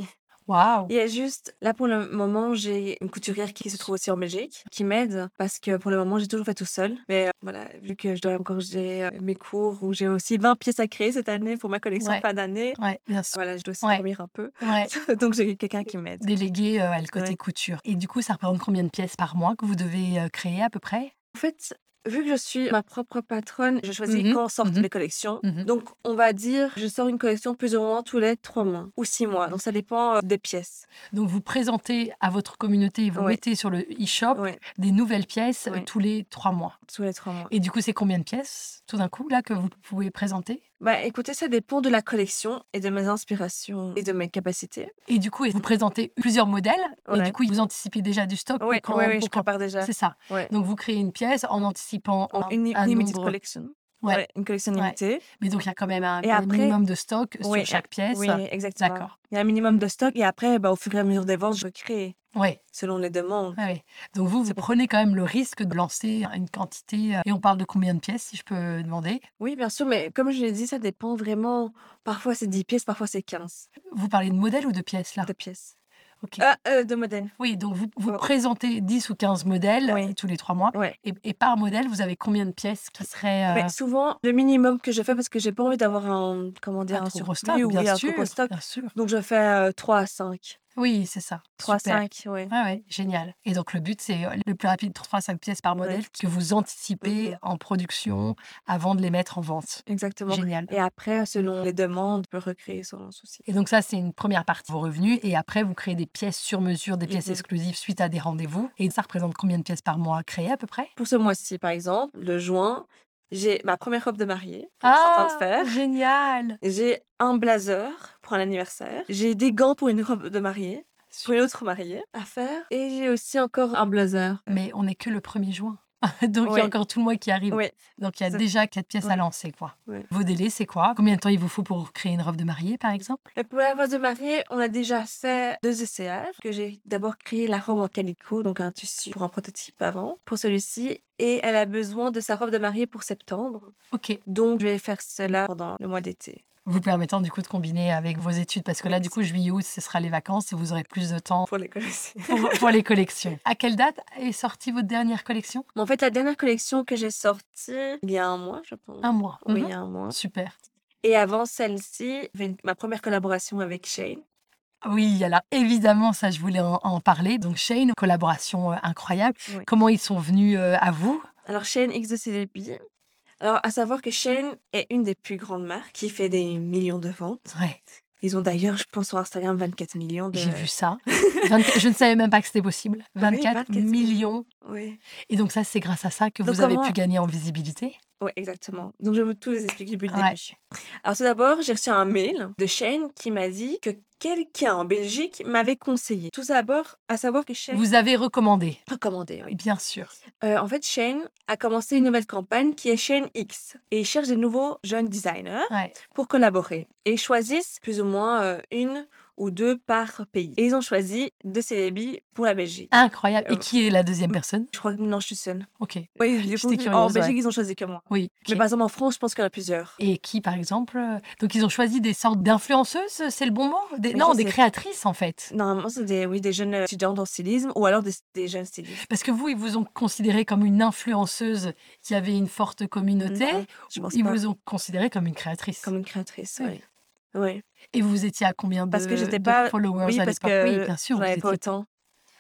S1: Waouh
S2: Il y a juste, là pour le moment, j'ai une couturière qui se trouve aussi en Belgique, qui m'aide, parce que pour le moment, j'ai toujours fait tout seul. Mais euh, voilà, vu que je dois encore, j'ai euh, mes cours où j'ai aussi 20 pièces à créer cette année pour ma collection
S1: Ouais.
S2: fin d'année.
S1: Ouais, bien sûr.
S2: Voilà, je dois aussi
S1: Ouais.
S2: dormir un peu.
S1: Ouais.
S2: Donc j'ai quelqu'un qui m'aide.
S1: Délégué euh, à le côté
S2: Ouais.
S1: couture. Et du coup, ça représente combien de pièces par mois que vous devez euh, créer à peu près
S2: En fait, vu que je suis ma propre patronne, je choisis
S1: Mhm,
S2: quand sortent
S1: mhm,
S2: mes collections.
S1: mhm.
S2: Donc, on va dire, je sors une collection plus ou moins tous les trois mois ou six mois. Donc, ça dépend euh, des pièces.
S1: Donc vous présentez à votre communauté, vous
S2: Ouais.
S1: mettez sur le e-shop
S2: Ouais,
S1: des nouvelles pièces euh,
S2: Ouais.
S1: tous les trois mois.
S2: tous les trois mois.
S1: Et du coup, c'est combien de pièces tout d'un coup là que vous pouvez présenter
S2: Bah, écoutez, ça dépend de la collection et de mes inspirations et de mes capacités.
S1: Et du coup, vous présentez plusieurs modèles. Et
S2: Ouais.
S1: du coup, vous anticipez déjà du stock. pour
S2: Oui,
S1: quand-
S2: ouais, ouais,
S1: pour
S2: je
S1: quand-
S2: prépare déjà
S1: C'est ça.
S2: Ouais.
S1: Donc vous créez une pièce en anticipant
S2: en
S1: un,
S2: une
S1: un
S2: limited
S1: nombre.
S2: collection.
S1: Ouais.
S2: une collection
S1: Ouais.
S2: limitée.
S1: Mais donc il y a quand même un,
S2: Et
S1: un
S2: après-
S1: minimum de stock sur
S2: Ouais,
S1: chaque pièce.
S2: Oui, exactement.
S1: D'accord.
S2: Il y a un minimum de stock et après, bah, au fur et à mesure des ventes, je crée
S1: Ouais.
S2: selon les demandes.
S1: ouais, ouais. Donc vous, vous
S2: C'est pour-
S1: prenez quand même le risque de lancer une quantité. euh, Et on parle de combien de pièces, si je peux demander
S2: Oui, bien sûr, mais comme je l'ai dit, ça dépend vraiment. Parfois, c'est 10 pièces, parfois, c'est 15
S1: Vous parlez de modèles ou de pièces là
S2: de pièces.
S1: Ah. Ok.
S2: Ah, euh, de modèles.
S1: Oui, donc vous, vous
S2: Oh.
S1: présentez 10 ou 15 modèles
S2: Oui.
S1: euh, tous les trois mois.
S2: Ouais.
S1: Et, et par modèle, vous avez combien de pièces qui seraient. euh,
S2: Mais souvent, le minimum que je fais, parce que j'ai pas envie d'avoir un, comment dire,
S1: un
S2: un
S1: trop gros
S2: surplus
S1: stock,
S2: ou
S1: bien,
S2: oui, un trop
S1: sûr,
S2: gros stock.
S1: bien sûr.
S2: Donc, je fais 3 à 5.
S1: Oui, c'est ça.
S2: 3
S1: Super.
S2: à 5, ouais.
S1: Ouais, ouais, génial. Et donc, le but, c'est euh, le plus rapide, 3 à 5 pièces par modèle, que vous anticipez
S2: Mhm.
S1: en production avant de les mettre en vente.
S2: Exactement.
S1: Génial.
S2: Et après, selon les demandes, je peux recréer sans souci.
S1: Et donc, ça, c'est une première partie de vos revenus. Et après, vous créez des pièces sur mesure, des pièces
S2: Mhm.
S1: exclusives suite à des rendez-vous. Et ça représente combien de pièces par mois à créer à peu près
S2: Pour ce mois-ci, par exemple, le juin, j'ai ma première robe de mariée. que je suis en train de faire.
S1: Ah,
S2: Mm.
S1: génial
S2: J'ai un blazer pour un anniversaire. J'ai des gants pour une robe de mariée, pour une autre mariée à faire. Et j'ai aussi encore un blazer.
S1: Mais on n'est que le 1er juin. donc, il y
S2: Ouais.
S1: a encore tout le mois qui arrive.
S2: Oui.
S1: Donc, il y a
S2: Ça-
S1: déjà 4 pièces à
S2: Ouais.
S1: lancer. quoi.
S2: Ouais.
S1: Vos délais, c'est quoi Combien de temps il vous faut pour créer une robe de mariée, par exemple
S2: Et pour la robe de mariée, on a déjà fait deux essayages. Que j'ai d'abord créé la robe en calico, donc un tissu pour un prototype avant, pour celui-ci. Et elle a besoin de sa robe de mariée pour septembre.
S1: Ok.
S2: Donc, je vais faire cela pendant le mois d'été.
S1: vous permettant du coup de combiner avec vos études parce que là du coup juillet août ce sera les vacances et vous aurez plus de temps
S2: Pour les collections.
S1: pour, pour les collections. À quelle date est sortie votre dernière collection
S2: Mais en fait, la dernière collection que j'ai sortie, il y a un mois, je pense.
S1: Un mois.
S2: Oui, il
S1: Mhm.
S2: y a un mois.
S1: Super.
S2: Et avant celle-ci, j'avais une- ma première collaboration avec Shane.
S1: Oui, alors évidemment ça je voulais en, en parler. Donc Shane, collaboration euh, incroyable.
S2: Oui.
S1: Comment ils sont venus euh, à vous
S2: Alors, Shane X de CDP. Alors, à savoir que Shane est une des plus grandes marques qui fait des millions de ventes.
S1: Ouais,
S2: Ils ont d'ailleurs, je pense, sur Instagram, 24 millions de...
S1: J'ai vu ça. 24 je ne savais même pas que c'était possible. 24,
S2: 24
S1: millions.
S2: Oui,
S1: Et donc ça c'est grâce à ça que
S2: Donc,
S1: vous avez
S2: comment-
S1: pu gagner en visibilité.
S2: ouais, exactement. Donc, je vais tout vous expliquer depuis le
S1: Ouais.
S2: début. Alors, tout d'abord, j'ai reçu un mail de Shane qui m'a dit que quelqu'un en Belgique m'avait conseillé. Tout d'abord, à savoir que Shane...
S1: Vous avez recommandé.
S2: Recommandé, oui.
S1: Bien sûr.
S2: Euh, en fait, Shane a commencé une nouvelle campagne qui est Shane X. Et il cherche de nouveaux jeunes designers
S1: Ouais.
S2: pour collaborer. Et ils choisissent plus ou moins euh, une ou deux par pays. Et ils ont choisi deux CDB pour la Belgique.
S1: Incroyable. Et
S2: Euh,
S1: qui est la deuxième personne
S2: Je crois que non, je suis seule.
S1: Ok.
S2: Oui, du
S1: J'étais
S2: coup, en
S1: curieuse,
S2: Belgique,
S1: ouais.
S2: ils ont choisi que moi.
S1: Oui.
S2: Mais
S1: ok.
S2: par exemple, en France, je pense qu'il y en a plusieurs.
S1: Et qui, par exemple, euh, donc ils ont choisi des sortes d'influenceuses, euh, c'est le bon mot Des-
S2: Mais
S1: Non,
S2: je
S1: des
S2: sais-
S1: créatrices en fait.
S2: Normalement, c'est des, oui, des jeunes euh, étudiantes en stylisme ou alors des, des jeunes stylistes.
S1: Parce que vous, ils vous ont considéré comme une influenceuse qui avait une forte communauté.
S2: Non, je pense
S1: ils
S2: pas.
S1: vous ont considéré comme une créatrice.
S2: Comme une créatrice,
S1: Oui.
S2: oui. Oui,
S1: Et vous étiez à combien de,
S2: Parce que j'étais
S1: de
S2: pas-
S1: followers
S2: oui
S1: à
S2: parce
S1: l'époque
S2: que
S1: Oui, bien sûr.
S2: j'en
S1: vous
S2: avais pas
S1: étiez-
S2: autant.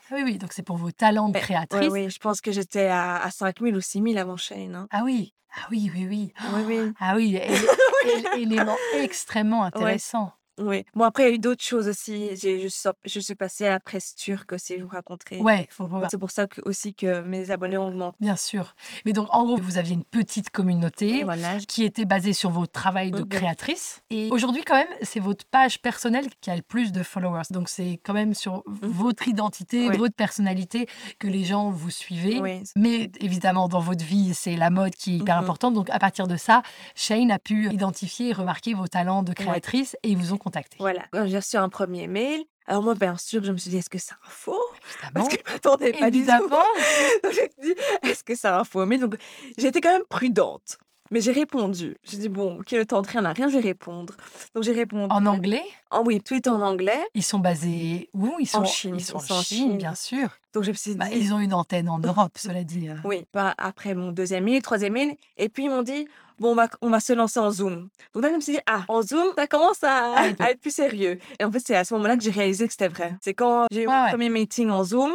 S1: Ah Oui, oui, donc c'est pour vos talents de
S2: Mais-
S1: créatrice.
S2: Oui, oui, je pense que j'étais à, à 5 000 ou 6 000 avant Shane. hein.
S1: Ah oui, ah oui, oui, oui.
S2: Oui, oui.
S1: Ah oui, é- é- élément extrêmement intéressant.
S2: Oui. Bon, après, il y a eu d'autres choses aussi. J'ai- Je suis, je suis passée à la presse turque aussi, je vous raconterai.
S1: Ouais, faut voir.
S2: C'est pour ça que, aussi que mes abonnés ont augmenté.
S1: Bien sûr. Mais donc, en gros, vous aviez une petite communauté
S2: voilà.
S1: qui était basée sur votre travail de
S2: Mhm.
S1: créatrice. Et aujourd'hui, quand même, c'est votre page personnelle qui a le plus de followers. Donc, c'est quand même sur votre identité,
S2: Oui.
S1: votre personnalité que les gens vous suivaient.
S2: Oui.
S1: Mais évidemment, dans votre vie, c'est la mode qui est hyper
S2: Mhm.
S1: importante. Donc, à partir de ça, Shane a pu identifier et remarquer vos talents de créatrice et ils vous ont contacté.
S2: Voilà. Quand J'ai reçu un premier mail. Alors moi, bien sûr, je me suis dit, est-ce que c'est un faux Parce
S1: Évidemment.
S2: que je m'attendais pas du tout.
S1: Ah Évidemment.
S2: Donc, je me dis, est-ce que c'est un faux mail Donc, j'étais quand même prudente. Mais j'ai répondu. J'ai dit, bon, qui ne tente rien à rien, je vais répondre. Donc, j'ai répondu.
S1: En anglais,
S2: Ah oui, tweet en anglais.
S1: ils sont basés où Ils sont
S2: Chine,
S1: Ils sont en Chine, bien sûr.
S2: Donc, je me suis dit.
S1: Bah, ils ont une antenne en Europe, cela dit. euh.
S2: Oui, bah, après mon deuxième mail, troisième mail. Et puis, ils m'ont dit, bon, on va, on va se lancer en Zoom. Donc là, je me suis dit, ah, en Zoom, ça commence à,
S1: Ah, et tout.
S2: à être plus sérieux. Et en fait, c'est à ce moment-là que j'ai réalisé que c'était vrai. C'est quand j'ai eu
S1: Ouais,
S2: mon
S1: ouais.
S2: premier meeting en Zoom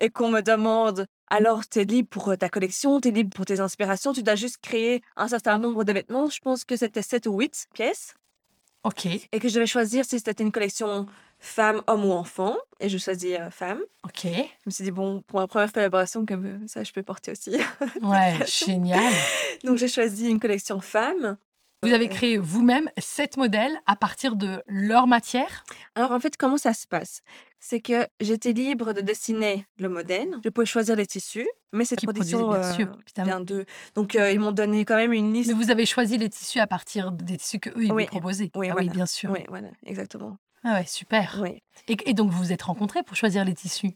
S2: et qu'on me demande, alors, t'es libre pour euh, ta collection, t'es libre pour tes inspirations, tu dois juste créer un certain nombre de vêtements. Je pense que c'était 7 ou 8 pièces.
S1: Ok,
S2: Et que je devais choisir si c'était une collection femme, homme ou enfant. Et je choisis euh, femme.
S1: ok.
S2: Je me suis dit, bon, pour ma première collaboration, comme euh, ça, je peux porter aussi.
S1: Ouais, génial.
S2: Donc j'ai choisi une collection femme.
S1: Vous avez créé vous-même sept modèles à partir de leur matière.
S2: Alors en fait, comment ça se passe C'est que j'étais libre de dessiner le modèle. Je pouvais choisir les tissus, mais cette
S1: Qui
S2: production euh,
S1: produisait, Ah, bien sûr, évidemment.
S2: vient d'eux. Donc euh, ils m'ont donné quand même une liste.
S1: Mais vous avez choisi les tissus à partir des tissus que eux ils
S2: Oui,
S1: vous proposaient.
S2: oui,
S1: Ah
S2: voilà.
S1: bien sûr.
S2: Oui, voilà, exactement.
S1: Ah ouais, super.
S2: Oui.
S1: Et, et donc vous vous êtes rencontrés pour choisir les tissus.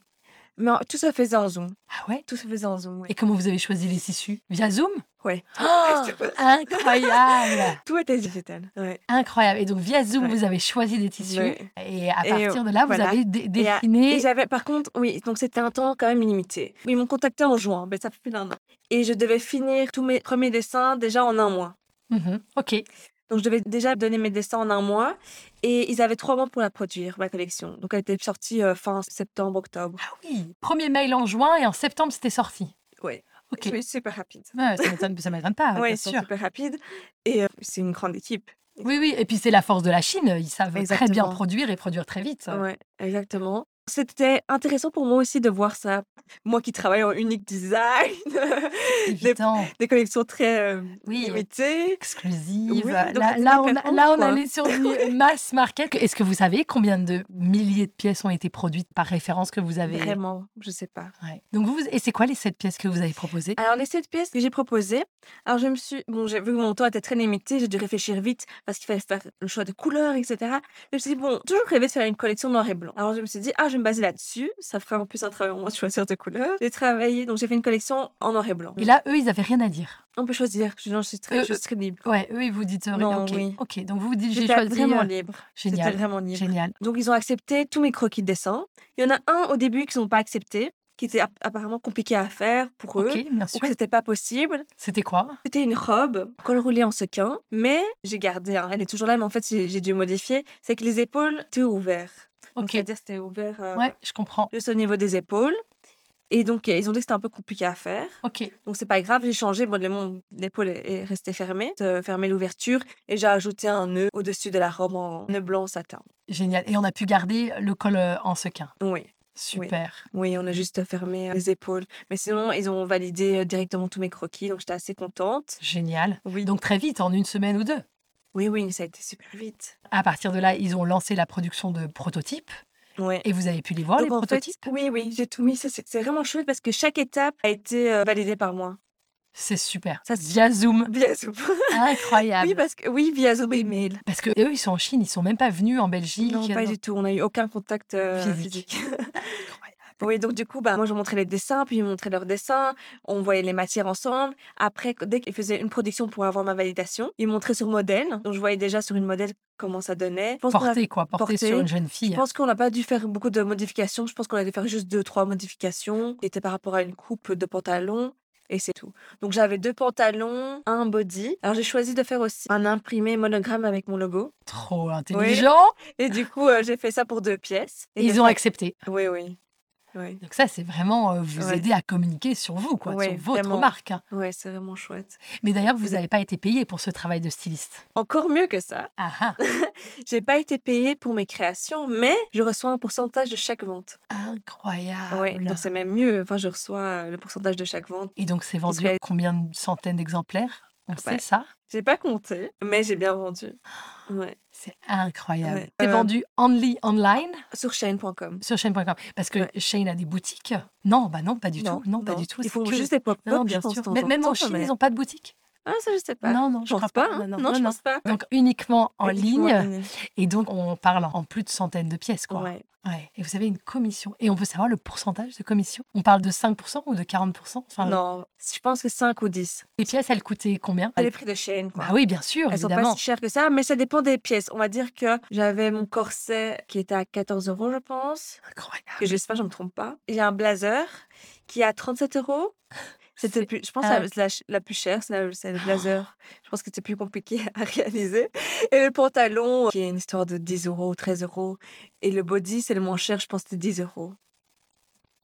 S2: Mais en- tout se faisait en zoom.
S1: Ah ouais.
S2: Tout se faisait en zoom. Oui.
S1: Et comment vous avez choisi les tissus Via Zoom
S2: Ouais.
S1: Ah, Incroyable
S2: Tout était digital. Ouais.
S1: Incroyable. Et donc via Zoom,
S2: Ouais.
S1: vous avez choisi des tissus.
S2: Ouais.
S1: Et à
S2: Et,
S1: partir de là, vous
S2: voilà.
S1: avez dé-
S2: Et à-
S1: dessiné.
S2: Et j'avais, par contre, oui, donc c'était un temps quand même limité. Ils m'ont contacté en juin, mais ça fait plus d'un an. Et je devais finir tous mes premiers dessins déjà en un mois.
S1: Mhm. Ok.
S2: Donc, je devais déjà donner mes dessins en un mois. Et ils avaient trois mois pour la produire, ma collection. Donc, elle était sortie euh, fin septembre, octobre.
S1: Ah oui. Premier mail en juin et en septembre, c'était sorti.
S2: Ouais.
S1: Ok.
S2: Oui, super rapide.
S1: Ouais, ça m'étonne- ça m'étonne pas,
S2: oui,
S1: bien
S2: ils sont
S1: sûr.
S2: super rapides. Et euh, c'est une grande équipe.
S1: Oui, oui, et puis c'est la force de la Chine. Ils savent très bien
S2: Exactement.
S1: produire et produire très vite.
S2: Ouais, exactement. C'était intéressant pour moi aussi de voir ça. Moi qui travaille en unique design,
S1: Évident,
S2: des collections très euh,
S1: Oui.
S2: limitées.
S1: exclusive.
S2: Oui,
S1: là,
S2: donc
S1: là,
S2: c'est la
S1: on, a-
S2: référence,
S1: là, on
S2: quoi.
S1: allait sur du mass market. Est-ce que vous savez combien de milliers de pièces ont été produites par référence que vous avez
S2: Vraiment, je sais pas.
S1: Ouais. Donc vous, et c'est quoi les sept pièces que vous avez proposées
S2: Alors, les sept pièces que j'ai proposées, alors je me suis. Bon, j'ai vu que mon temps était très limité, j'ai dû réfléchir vite parce qu'il fallait faire le choix de couleurs, etc. Je me suis dit, bon, toujours rêvé de faire une collection noir et blanc. Alors, je me suis dit, ah, je vais me baser là-dessus, ça ferait en plus un travail en moins de choisir de couleurs. J'ai travaillé, donc j'ai fait une collection en noir et blanc.
S1: Et là, eux, ils n'avaient rien à dire.
S2: On peut choisir, je, non, je suis très,
S1: Euh,
S2: je suis très libre.
S1: Ouais, eux, ils vous disent. euh,
S2: Non,
S1: ok,
S2: oui.
S1: ok. Donc vous vous dites, j'ai
S2: J'étais
S1: choisi.
S2: vraiment
S1: euh,
S2: libre. J'étais
S1: génial,
S2: vraiment libre.
S1: génial.
S2: Donc, ils ont accepté tous mes croquis de dessin. Il y en a un au début qu'ils n'ont pas accepté, qui était app- apparemment compliqué à faire pour eux,
S1: Ok, bien
S2: ou que
S1: sûr.
S2: c'était pas possible.
S1: C'était quoi
S2: C'était une robe, col roulé en sequin, mais j'ai gardé, hein, elle est toujours là, mais en fait j'ai j'ai dû modifier, c'est que les épaules étaient ouvertes. Donc,
S1: Ok.
S2: C'est-à-dire c'était ouvert euh,
S1: Ouais, je comprends.
S2: juste au niveau des épaules. Et donc euh, ils ont dit que c'était un peu compliqué à faire.
S1: Ok.
S2: Donc c'est pas grave, j'ai changé, bon, le- mon- l'épaule est est restée fermée, euh, fermé l'ouverture, et j'ai ajouté un nœud au-dessus de la robe en nœud blanc satin.
S1: Génial. Et on a pu garder le col euh, en sequin.
S2: Oui,
S1: Super.
S2: oui, on a juste fermé euh, les épaules. Mais sinon, ils ont validé euh, directement tous mes croquis, donc j'étais assez contente.
S1: Génial.
S2: Oui,
S1: Donc très vite, en une semaine ou deux.
S2: oui, oui, ça a été super vite.
S1: À partir de là, ils ont lancé la production de prototypes
S2: Ouais.
S1: et vous avez pu les voir, Oh, les
S2: Donc, en fait,
S1: prototypes.
S2: oui, oui, j'ai tout mis. Ça, C'est c'est vraiment chouette parce que chaque étape a été euh, validée par moi.
S1: C'est super.
S2: Ça, c'est-
S1: via Zoom.
S2: Via Zoom.
S1: Incroyable.
S2: oui, parce que, oui, via Zoom et mail.
S1: Parce que eux, ils sont en Chine, ils sont même pas venus en Belgique.
S2: Non, pas
S1: Non.
S2: du tout. On n'a eu aucun contact euh,
S1: Physique.
S2: physique. Oui, donc du coup, bah, moi, je montrais les dessins, puis ils montraient leurs dessins. On voyait les matières ensemble. Après, dès qu'ils faisaient une production pour avoir ma validation, ils montraient sur modèle. Donc, je voyais déjà sur une modèle comment ça donnait. Je pense qu'on a-
S1: Porté, quoi. Porté,
S2: Porté.
S1: sur une jeune
S2: Je
S1: fille.
S2: pense qu'on n'a pas dû faire beaucoup de modifications. Je pense qu'on a dû faire juste deux, trois modifications. C'était par rapport à une coupe de pantalon et c'est tout. Donc j'avais deux pantalons, un body. Alors j'ai choisi de faire aussi un imprimé monogramme avec mon logo.
S1: Trop intelligent.
S2: Et du coup, euh, j'ai fait ça pour deux pièces. Et
S1: Ils
S2: de
S1: ont
S2: faire-
S1: accepté.
S2: Oui, oui. Oui,
S1: Donc ça, c'est vraiment euh, vous
S2: Ouais.
S1: aider à communiquer sur vous, quoi,
S2: Ouais,
S1: sur votre
S2: vraiment.
S1: marque. hein.
S2: ouais, c'est vraiment chouette.
S1: Mais d'ailleurs, vous
S2: Vous-
S1: n'avez pas été payé pour ce travail de styliste.
S2: Encore mieux que ça,
S1: Ah ah.
S2: j'ai pas été payée pour mes créations, mais je reçois un pourcentage de chaque vente.
S1: Incroyable.
S2: ouais, donc c'est même mieux. Enfin, je reçois euh, le pourcentage de chaque vente.
S1: Et donc, c'est vendu
S2: Parce Ah bah,
S1: à combien de centaines d'exemplaires On
S2: Ouais.
S1: sait ça
S2: J'ai pas compté, mais j'ai bien vendu. Ouais.
S1: C'est incroyable.
S2: Ouais.
S1: C'est
S2: Euh,
S1: vendu only online
S2: Sur chaîne.com.
S1: sur Shane.com. Parce que
S2: Ouais.
S1: Shane a des boutiques. Non, bah non, pas du tout. Non, pas du tout.
S2: Ils
S1: c'est
S2: font
S1: que-
S2: juste des pop-up,
S1: Non, non,
S2: je
S1: bien
S2: pense, de
S1: sûr.
S2: temps
S1: Mais
S2: en
S1: même en
S2: temps,
S1: Chine,
S2: mais-
S1: ils n'ont pas de boutique.
S2: Ah, ça, je sais pas.
S1: Non, non,
S2: je
S1: je crois
S2: pense pas. hein.
S1: Non,
S2: Non,
S1: non,
S2: je
S1: non.
S2: pense pas.
S1: Donc uniquement en
S2: Uniquement
S1: ligne. Et donc, on parle en plus de centaines de pièces, quoi.
S2: Ouais.
S1: Ouais. Et vous avez une commission. Et on peut savoir le pourcentage de commission On parle de 5% ou de 40% enfin,
S2: Non, je pense que 5 ou 10.
S1: Les pièces, elles coûtaient combien
S2: C'est les prix de chaîne, quoi.
S1: Bah oui, bien sûr,
S2: Elles sont pas
S1: évidemment.
S2: si chères que ça, mais ça dépend des pièces. On va dire que j'avais mon corset qui était à 14 euros, je pense.
S1: Incroyable.
S2: Que j'espère, je me trompe pas. J'ai un blazer qui est à 37 euros. C'était le plus, je pense,
S1: Ah.
S2: la, la, la plus chère, c'est la- c'est le blazer. Je pense que c'était plus compliqué à réaliser. Et le pantalon, euh, qui est une histoire de 10 euros ou 13 euros. Et le body, c'est le moins cher, je pense que c'était 10 euros.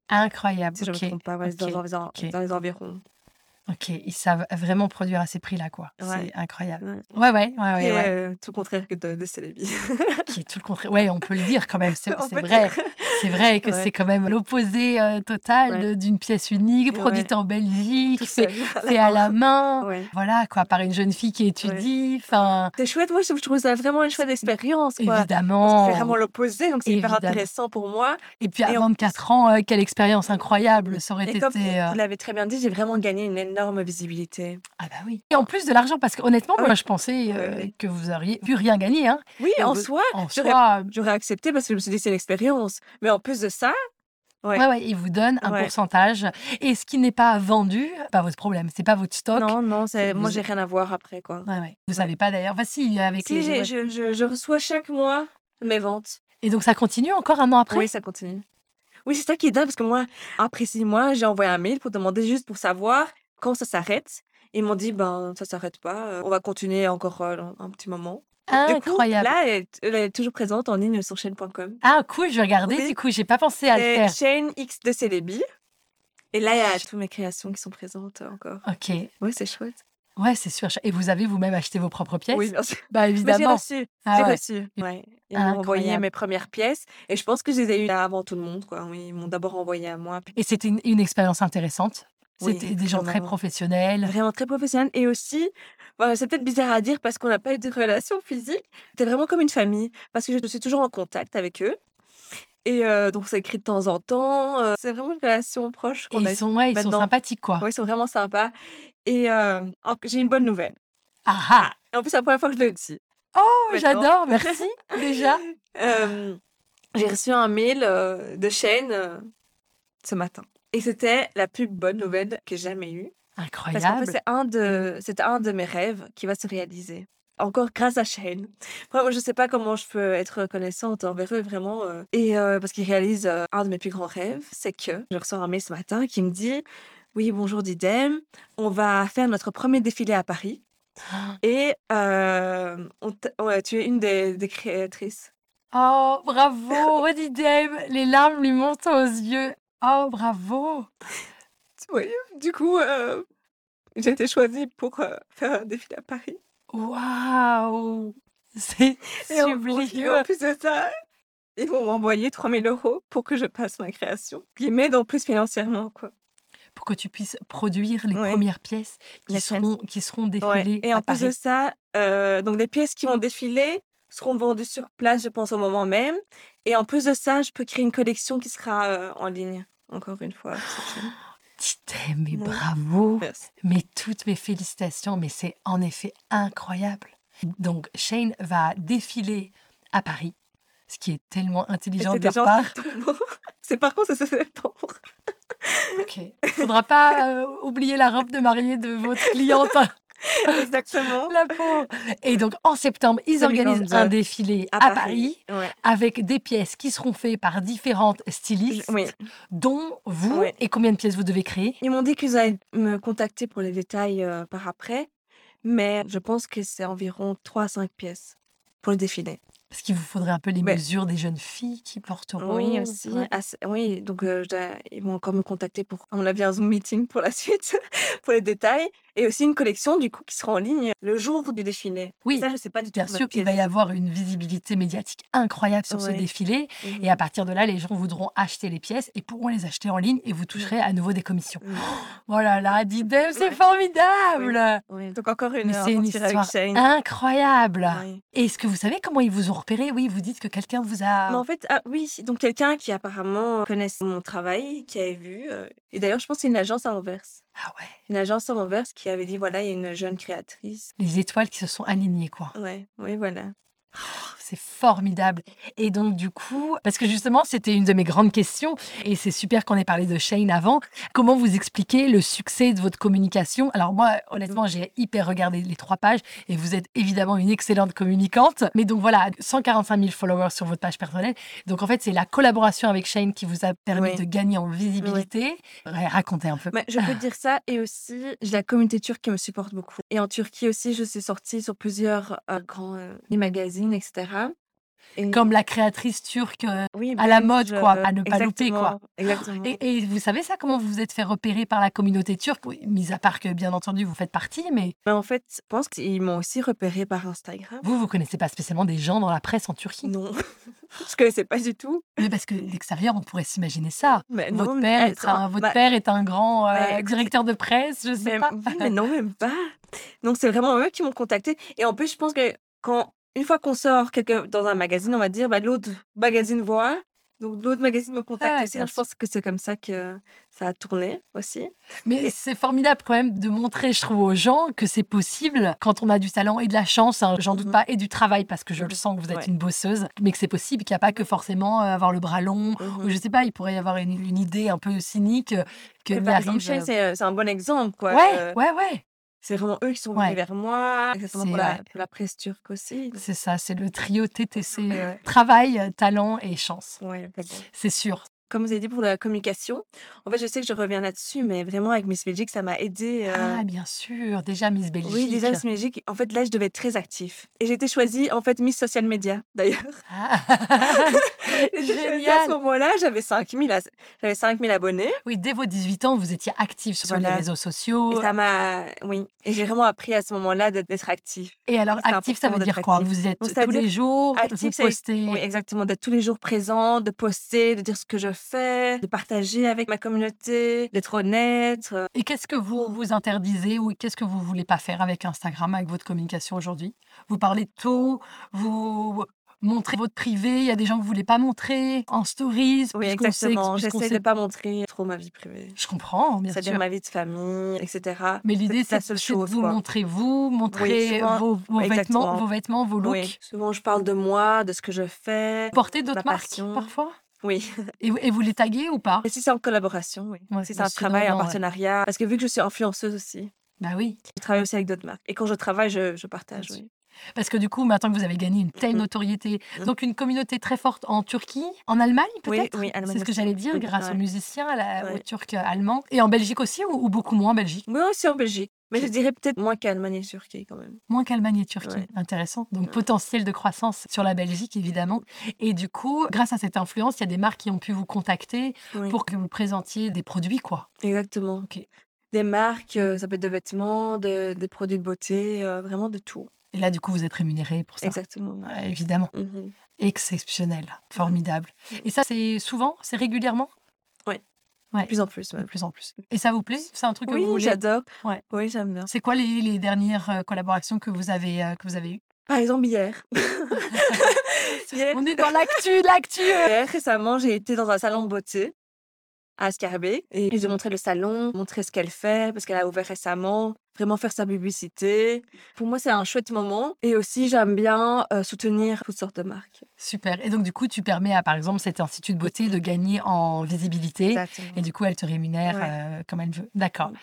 S1: Incroyable.
S2: Si je
S1: ok.
S2: me trompe pas, ouais, c'est
S1: ok,
S2: dans, les en-
S1: ok.
S2: dans les environs.
S1: Ok, ils savent vraiment produire à ces prix-là, quoi.
S2: Ouais.
S1: C'est incroyable. Ouais, ouais, ouais, ouais.
S2: Et,
S1: ouais.
S2: euh, tout contraire que de, de Célébi.
S1: Qui est tout le contraire. Ouais, on peut le dire quand même. C'est
S2: On
S1: c'est
S2: peut
S1: vrai.
S2: dire.
S1: C'est vrai que
S2: Ouais.
S1: c'est quand même l'opposé euh, total
S2: Ouais.
S1: de- d'une pièce unique,
S2: Ouais.
S1: produite en Belgique,
S2: Tout
S1: fait,
S2: seul.
S1: fait à la main.
S2: Ouais.
S1: Voilà, quoi, par une jeune fille qui étudie. Enfin,
S2: C'est chouette, moi je je trouve ça vraiment une chouette expérience. quoi.
S1: évidemment.
S2: C'est vraiment l'opposé, donc c'est hyper
S1: Évidemment.
S2: intéressant pour moi.
S1: Et puis
S2: Et
S1: à
S2: en
S1: 24 ans, euh, quelle expérience incroyable. Ça aurait
S2: Et
S1: été.
S2: comme
S1: euh,
S2: vous l'avez très bien dit, j'ai vraiment gagné une énorme visibilité.
S1: Ah bah oui. Et en plus de l'argent, parce qu'honnêtement,
S2: Ah oui.
S1: moi je pensais euh,
S2: Ouais, ouais.
S1: que vous auriez pu rien gagner. Hein.
S2: Oui,
S1: Et
S2: en
S1: vous-
S2: soi,
S1: En
S2: J'aurais-
S1: soi,
S2: j'aurais accepté parce que je me suis dit c'est l'expérience. Mais en plus de ça, ouais.
S1: Ouais, ouais, ils vous donnent un
S2: Ouais.
S1: pourcentage. Et ce qui n'est pas vendu, pas votre problème, c'est pas votre stock.
S2: non, non, c'est-
S1: vous-
S2: moi j'ai rien à voir après. quoi.
S1: Ouais, ouais. Vous savez pas d'ailleurs. Enfin, si, avec
S2: Si,
S1: les-
S2: j'ai-
S1: ouais.
S2: je, je- je reçois chaque mois mes ventes.
S1: Et donc ça continue encore un an après.
S2: Oui, ça continue. Oui, c'est ça qui est dingue parce que moi, après six mois, j'ai envoyé un mail pour demander juste pour savoir quand ça s'arrête. Ils m'ont dit, ben, ça s'arrête pas, euh, on va continuer encore euh, un petit moment. Du coup,
S1: Incroyable.
S2: là, elle, est- elle est toujours présente en ligne sur chaîne.com.
S1: Ah cool, je vais regarder.
S2: Oui.
S1: Du coup, j'ai pas pensé à le
S2: C'est
S1: faire.
S2: chaîne X de Célébi. Et là, il y a toutes mes créations qui sont présentes encore.
S1: Ok.
S2: Oui, c'est chouette.
S1: Ouais, c'est sûr. Et vous avez vous-même acheté vos propres pièces
S2: Oui, bien sûr.
S1: Bah
S2: Mais J'ai
S1: évidemment.
S2: reçu.
S1: Ah
S2: j'ai
S1: ouais.
S2: reçu. Ouais. Ils m'ont
S1: Incroyable.
S2: envoyé mes premières pièces. Et je pense que je les ai eues là avant tout le monde. Quoi. Oui, ils m'ont d'abord envoyé à moi. puis
S1: Et c'était une, une expérience intéressante.
S2: Oui,
S1: C'était des gens très
S2: clairement.
S1: professionnels.
S2: Vraiment très professionnel. Et aussi, bon, c'est peut-être bizarre à dire parce qu'on n'a pas eu de relation physique. C'était vraiment comme une famille parce que je suis toujours en contact avec eux. Et euh, donc, ça écrit de temps en temps. euh, c'est vraiment une relation proche
S1: Et
S2: qu'on a.
S1: ils sont, ouais, ils sont
S2: maintenant.
S1: sympathiques, quoi.
S2: Ouais, ils sont vraiment sympas. Et euh, en- j'ai une bonne nouvelle.
S1: Ah ah
S2: Et en plus, c'est la première fois que je le dis.
S1: Oh,
S2: Maintenant.
S1: J'adore, merci déjà.
S2: Euh, j'ai reçu un mail euh, de chaîne ce matin. Et c'était la plus bonne nouvelle que j'ai jamais eue. Parce qu'en fait,
S1: Incroyable.
S2: c'est un, de, c'est un de mes rêves qui va se réaliser. Encore grâce à Shane. Moi, moi, je ne sais pas comment je peux être reconnaissante envers eux, vraiment. euh. Et euh, parce qu'ils réalisent euh, un de mes plus grands rêves, c'est que je reçois un mail ce matin qui me dit Oui, bonjour Didem, on va faire notre premier défilé à Paris. Et euh, on t- ouais, tu es une des, des créatrices.
S1: Oh, bravo, Roddy Dave. Les larmes lui montent aux yeux. Oh, bravo.
S2: Oui, du coup, euh, j'ai été choisie pour euh, faire un défilé à Paris.
S1: Waouh. C'est
S2: Et oh en, plus- et
S1: sublime.
S2: en plus de ça, ils vont m'envoyer 3000 euros pour que je passe ma création. Ils m'aident en plus financièrement, quoi.
S1: Pour que tu puisses produire les
S2: Ouais.
S1: premières pièces qui
S2: La chaîne.
S1: seront, qui seront
S2: Ouais.
S1: défilées.
S2: Et
S1: à
S2: en plus de
S1: Paris.
S2: ça, euh, donc les pièces qui vont défiler seront vendues sur place, je pense, au moment même. Et en plus de ça, je peux créer une collection qui sera euh, en ligne, encore une fois. sur cette chaîne.
S1: Dites, mais
S2: Ouais.
S1: bravo.
S2: Merci.
S1: Mais toutes mes félicitations, mais c'est en effet incroyable. Donc Shane va défiler à Paris, ce qui est tellement intelligent de
S2: C'était
S1: leur part.
S2: gentil. C'est par contre, c'est septembre.
S1: Il faudra pas euh, oublier la robe de mariée de votre cliente, hein,
S2: Exactement.
S1: la pauvre. Et donc en septembre, ils organisent
S2: 2022.
S1: un défilé à, Paris.
S2: Ouais.
S1: avec des pièces qui seront faites par différentes stylistes,
S2: Oui.
S1: dont vous.
S2: Oui.
S1: Et combien de pièces vous devez créer
S2: Ils m'ont dit qu'ils allaient me contacter pour les détails euh, par après, mais je pense que c'est environ 3 à 5 pièces pour le défilé.
S1: Parce qu'il vous faudrait un peu les
S2: Mais-
S1: mesures des jeunes filles qui porteront.
S2: Oui, aussi.
S1: Ouais.
S2: Ah, c'est- oui, donc euh, je dois- ils vont encore me contacter pour, à mon avis, un Zoom meeting pour la suite, pour les détails. Et aussi une collection, du coup, qui sera en ligne le jour du défilé.
S1: Oui,
S2: Ça, je sais pas du tout.
S1: Bien
S2: ma
S1: sûr qu'il va
S2: pièce.
S1: y avoir une visibilité médiatique incroyable sur ce
S2: Ouais.
S1: défilé.
S2: Mhm.
S1: Et à partir de là, les gens voudront acheter les pièces et pourront les acheter en ligne et vous toucherez à nouveau des commissions.
S2: Mhm.
S1: Oh là là, Didem, c'est
S2: Ouais.
S1: formidable
S2: Oui, donc encore une
S1: Mais
S2: euh,
S1: c'est une
S2: aventure avec
S1: histoire
S2: Shane.
S1: incroyable
S2: Oui.
S1: Et est-ce que vous savez comment ils vous ont repéré Oui, vous dites que quelqu'un vous a...
S2: Mais en fait, ah oui, donc quelqu'un qui apparemment connaissait mon travail, qui avait vu. euh, et d'ailleurs, je pense que c'est une agence à Anvers.
S1: Ah ouais,
S2: Une agence à Anvers qui avait dit voilà, il y a une jeune créatrice.
S1: les étoiles qui se sont alignées, quoi.
S2: Ouais, oui, voilà.
S1: C'est formidable. Et donc, du coup, parce que justement, c'était une de mes grandes questions, et c'est super qu'on ait parlé de Shane avant. Comment vous expliquez le succès de votre communication Alors, moi, honnêtement, j'ai hyper regardé les trois pages, et vous êtes évidemment une excellente communicante. Mais donc, voilà, 145 000 followers sur votre page personnelle. Donc, en fait, c'est la collaboration avec Shane qui vous a permis
S2: Oui.
S1: de gagner en visibilité. Ouais, racontez un peu.
S2: Mais je peux te dire ça et aussi j'ai la communauté turque qui me supporte beaucoup. Et en Turquie aussi, je suis sortie sur plusieurs euh, grands euh, des magazines, etc. Et-
S1: Comme la créatrice turque. euh,
S2: oui,
S1: à la
S2: oui,
S1: mode,
S2: je-
S1: quoi, à ne pas louper, quoi.
S2: exactement, Exactement.
S1: Et, et vous savez ça, comment vous vous êtes fait repérer par la communauté turque Oui, Mis à part que, bien entendu, vous faites partie, mais
S2: Mais en fait, je pense qu'ils m'ont aussi repéré par Instagram.
S1: Vous, vous connaissez pas spécialement des gens dans la presse en Turquie.
S2: Non, je connaissais pas du tout.
S1: Mais parce que l'extérieur, on pourrait s'imaginer ça.
S2: Mais non,
S1: Votre
S2: mais-
S1: père,
S2: ah,
S1: est un,
S2: ça-
S1: votre
S2: bah,
S1: père est un grand euh,
S2: bah,
S1: directeur de presse, je sais
S2: mais,
S1: pas.
S2: oui, mais non, même pas. Donc, c'est vraiment eux qui m'ont contacté. Et en plus, je pense que quand, une fois qu'on sort quelqu'un dans un magazine, on va dire, bah, l'autre magazine voit. Donc, l'autre magazine me contacte
S1: Ah,
S2: aussi.
S1: bien
S2: Je pense que c'est comme ça que ça a tourné aussi.
S1: Mais c'est formidable quand même de montrer, je trouve, aux gens que c'est possible quand on a du talent et de la chance, hein, j'en doute
S2: Mhm.
S1: pas, et du travail, parce que je le
S2: Mhm.
S1: sens que vous êtes
S2: Ouais.
S1: une bosseuse, mais que c'est possible, qu'il n'y a pas que forcément euh, avoir le bras long. Ou
S2: Mhm.
S1: je sais pas, il pourrait y avoir une, une idée un peu cynique euh, que
S2: Mais
S1: n'y
S2: par exemple,
S1: arrive.
S2: Shane,
S1: euh,
S2: c'est euh, c'est un bon exemple. Quoi.
S1: Ouais,
S2: Euh,
S1: ouais, ouais.
S2: C'est vraiment eux qui sont
S1: Ouais.
S2: venus vers moi, exactement pour,
S1: C'est-
S2: la,
S1: ouais.
S2: pour la presse turque aussi.
S1: C'est ça, c'est le trio TTC euh, travail, euh, talent et chance.
S2: Ouais, d'accord.
S1: C'est sûr.
S2: Comme vous avez dit pour la communication, en fait, je sais que je reviens là-dessus, mais vraiment avec Miss Belgique, ça m'a aidé. euh,
S1: Ah, bien sûr, déjà Miss Belgique.
S2: Oui, déjà, Miss Belgique, en fait, là, je devais être très actif. Et j'ai été choisie, en fait, Miss Social Media, d'ailleurs.
S1: Ah.
S2: J'ai été choisie À
S1: Génial.
S2: ce moment-là, j'avais 5000 as- j'avais 5000 abonnés.
S1: oui, dès vos 18 ans, vous étiez active sur les
S2: Voilà.
S1: réseaux sociaux.
S2: Et ça m'a... Oui. Et j'ai vraiment appris à ce moment-là d'être d'être actif.
S1: Et alors,
S2: c'est
S1: actif, ça
S2: important
S1: veut dire
S2: d'être
S1: quoi
S2: actif.
S1: Vous êtes
S2: Donc,
S1: tous
S2: c'est-à-dire
S1: les jours, vous
S2: actif, c'est-
S1: postez.
S2: Oui, exactement. D'être tous les jours présent, de poster, de dire ce que je fais, de partager avec ma communauté, d'être honnête. euh,
S1: Et qu'est-ce que vous vous interdisez ou qu'est-ce que vous voulez pas faire avec Instagram, avec votre communication aujourd'hui Vous parlez de tout, vous montrez votre privé, il y a des gens que vous voulez pas montrer en stories.
S2: Oui,
S1: puisqu'on sait que-
S2: exactement.
S1: puisqu'on
S2: J'essaie de
S1: sait-
S2: ne pas montrer trop ma vie privée.
S1: Je comprends, bien
S2: C'est-à-dire
S1: sûr.
S2: ma vie de famille, etc.
S1: Mais l'idée,
S2: la
S1: c'est
S2: seule
S1: c'est de
S2: chose,
S1: vous
S2: quoi.
S1: montrer vous, montrer
S2: souvent-
S1: vos, vos vêtements,
S2: exactement.
S1: vos vêtements, vos looks.
S2: Oui. Souvent, je parle de moi, de ce que je fais.
S1: Porter d'autres
S2: La
S1: marques
S2: passion.
S1: parfois
S2: Oui.
S1: et, vous- et vous les taguez ou pas
S2: Et si c'est en collaboration, oui.
S1: Ouais,
S2: si c'est un
S1: parce que
S2: travail,
S1: non,
S2: un
S1: non, ouais.
S2: partenariat. Parce que vu que je suis influenceuse aussi,
S1: Bah oui,
S2: je travaille aussi avec d'autres marques. Et quand je travaille, je, je partage,
S1: Bien sûr.
S2: oui.
S1: parce que du coup, maintenant que vous avez gagné une telle
S2: Mhm.
S1: notoriété,
S2: Mhm.
S1: donc une communauté très forte en Turquie, en Allemagne
S2: Oui,
S1: peut-être
S2: oui, Allemagne
S1: C'est ce que
S2: aussi.
S1: j'allais dire,
S2: Mhm,
S1: grâce aux
S2: ouais.
S1: musiciens, à la- aux
S2: Ouais.
S1: Turcs euh, allemands. Et en Belgique aussi, ou, ou beaucoup moins en Belgique
S2: Moi aussi en Belgique. Mais je dirais peut-être moins qu'Allemagne et Turquie quand même.
S1: Moins qu'Allemagne et Turquie.
S2: Ouais.
S1: Intéressant. Donc,
S2: Ouais.
S1: potentiel de croissance sur la Belgique, évidemment. Et du coup, grâce à cette influence, il y a des marques qui ont pu vous contacter
S2: Oui,
S1: pour que vous présentiez des produits, quoi.
S2: Exactement.
S1: Ok.
S2: Des marques, euh, ça peut être de vêtements, de- des produits de beauté, euh, vraiment de tout.
S1: Et là, du coup, vous êtes rémunéré pour ça.
S2: Exactement.
S1: Ouais, évidemment.
S2: Mhm.
S1: Exceptionnel. Formidable. Et ça, c'est souvent, c'est régulièrement,
S2: De plus en plus
S1: de
S2: même.
S1: plus en plus. Et ça vous plaît C'est un truc que
S2: Oui,
S1: vous voulez
S2: j'adore.
S1: Ouais.
S2: Oui, j'aime bien.
S1: C'est quoi les, les dernières euh, collaborations que vous avez, euh, que vous avez eues
S2: Par exemple, hier. Hier,
S1: On est dans l'actu, l'actu euh.
S2: Hier, récemment, j'ai été dans un salon de beauté à Scarbeck et j'ai montré le salon, montré ce qu'elle fait parce qu'elle a ouvert récemment, vraiment faire sa publicité. Pour moi, c'est un chouette moment et aussi j'aime bien euh, soutenir toutes sortes de marques.
S1: Super. Et donc, du coup, tu permets à, par exemple, cet institut de beauté de gagner en visibilité. Et
S2: Exactement.
S1: du coup, elle te rémunère
S2: Mm. Ouais.
S1: euh, comme elle veut. D'accord.
S2: Mm.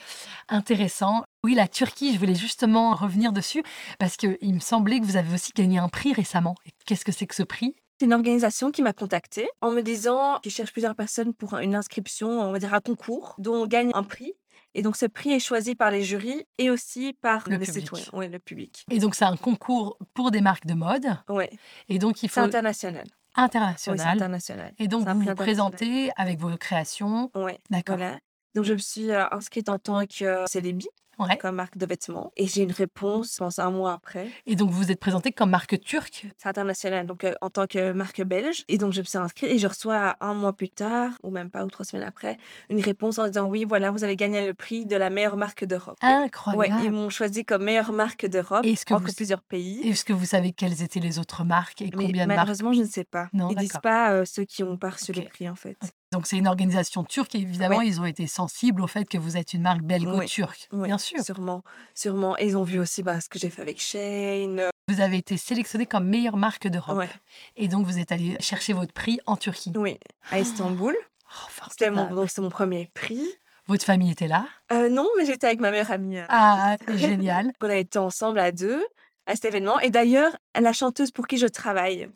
S1: Intéressant. Oui, la Turquie, je voulais justement revenir dessus parce qu'il me semblait que vous avez aussi gagné un prix récemment. Et Qu'est-ce que c'est que ce prix
S2: C'est une organisation qui m'a contactée en me disant qu'ils cherchent plusieurs personnes pour une inscription, on va dire un concours, dont on gagne un prix. Et donc, ce prix est choisi par les jurys et aussi par
S1: Le
S2: les
S1: public.
S2: citoyens, ouais, le public.
S1: Et donc, c'est un concours pour des marques de mode.
S2: Ouais.
S1: Et donc, il faut
S2: C'est international. Oui, c'est
S1: international.
S2: international.
S1: et donc,
S2: c'est un
S1: vous
S2: prix
S1: vous
S2: international.
S1: présentez avec vos créations.
S2: Ouais.
S1: D'accord.
S2: Voilà. Donc, je me suis euh, inscrite en tant que célébi,
S1: Ouais.
S2: comme marque de vêtements. Et j'ai une réponse, je pense, un mois après.
S1: Et donc, vous vous êtes présenté comme marque turque.
S2: C'est international, donc euh, en tant que marque belge. Et donc, je me suis inscrite et je reçois un mois plus tard, ou même pas, ou trois semaines après, une réponse en disant Oui, voilà, vous avez gagné le prix de la meilleure marque d'Europe. Ouais,
S1: Ah, Incroyable.
S2: ils m'ont choisi comme meilleure marque d'Europe
S1: Et est-ce que
S2: entre
S1: vous-
S2: plusieurs pays.
S1: Est-ce que vous savez quelles étaient les autres marques et
S2: Mais
S1: combien de marques
S2: malheureusement, je ne sais pas.
S1: Non,
S2: ils disent
S1: d'accord.
S2: pas euh, ceux qui ont pas reçu
S1: Ok. Ah,
S2: le prix, en fait.
S1: Donc, c'est une organisation turque. Et évidemment, ils ont été sensibles au fait que vous êtes une marque belgo-turque.
S2: Ouais,
S1: Bien sûr.
S2: Sûrement. Sûrement. Et ils ont vu aussi bah, ce que j'ai fait avec Shane. euh,
S1: Vous avez été sélectionné comme meilleure marque d'Europe.
S2: Ouais.
S1: Et donc, vous êtes allé chercher votre prix en Turquie.
S2: Oui, à Istanbul.
S1: Oh,
S2: C'était mon,
S1: formidable.
S2: donc, c'est mon premier prix.
S1: Votre famille était là.
S2: Euh, non, mais j'étais avec ma meilleure amie. euh,
S1: Ah, c'est génial.
S2: qu'on a été ensemble à deux à cet événement. Et d'ailleurs, la chanteuse pour qui je travaille,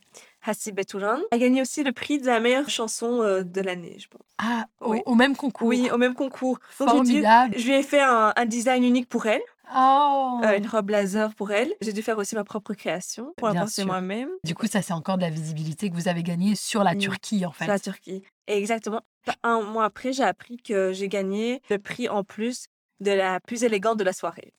S2: Hassi Betouran, a gagné aussi le prix de la meilleure chanson euh, de l'année, je pense.
S1: Ah, au,
S2: Oui.
S1: au même concours.
S2: Oui, au même concours. Donc, j'ai dû-
S1: Formidable.
S2: je lui ai fait un, un design unique pour elle,
S1: Oh.
S2: euh, une robe laser pour elle. J'ai dû faire aussi ma propre création pour
S1: Bien
S2: la penser
S1: sûr.
S2: moi-même
S1: Du coup, ça, c'est encore de la visibilité que vous avez gagnée sur la
S2: Oui.
S1: Turquie, en
S2: sur
S1: fait.
S2: la Turquie. Et exactement, un mois après, j'ai appris que j'ai gagné le prix en plus de la plus élégante de la soirée.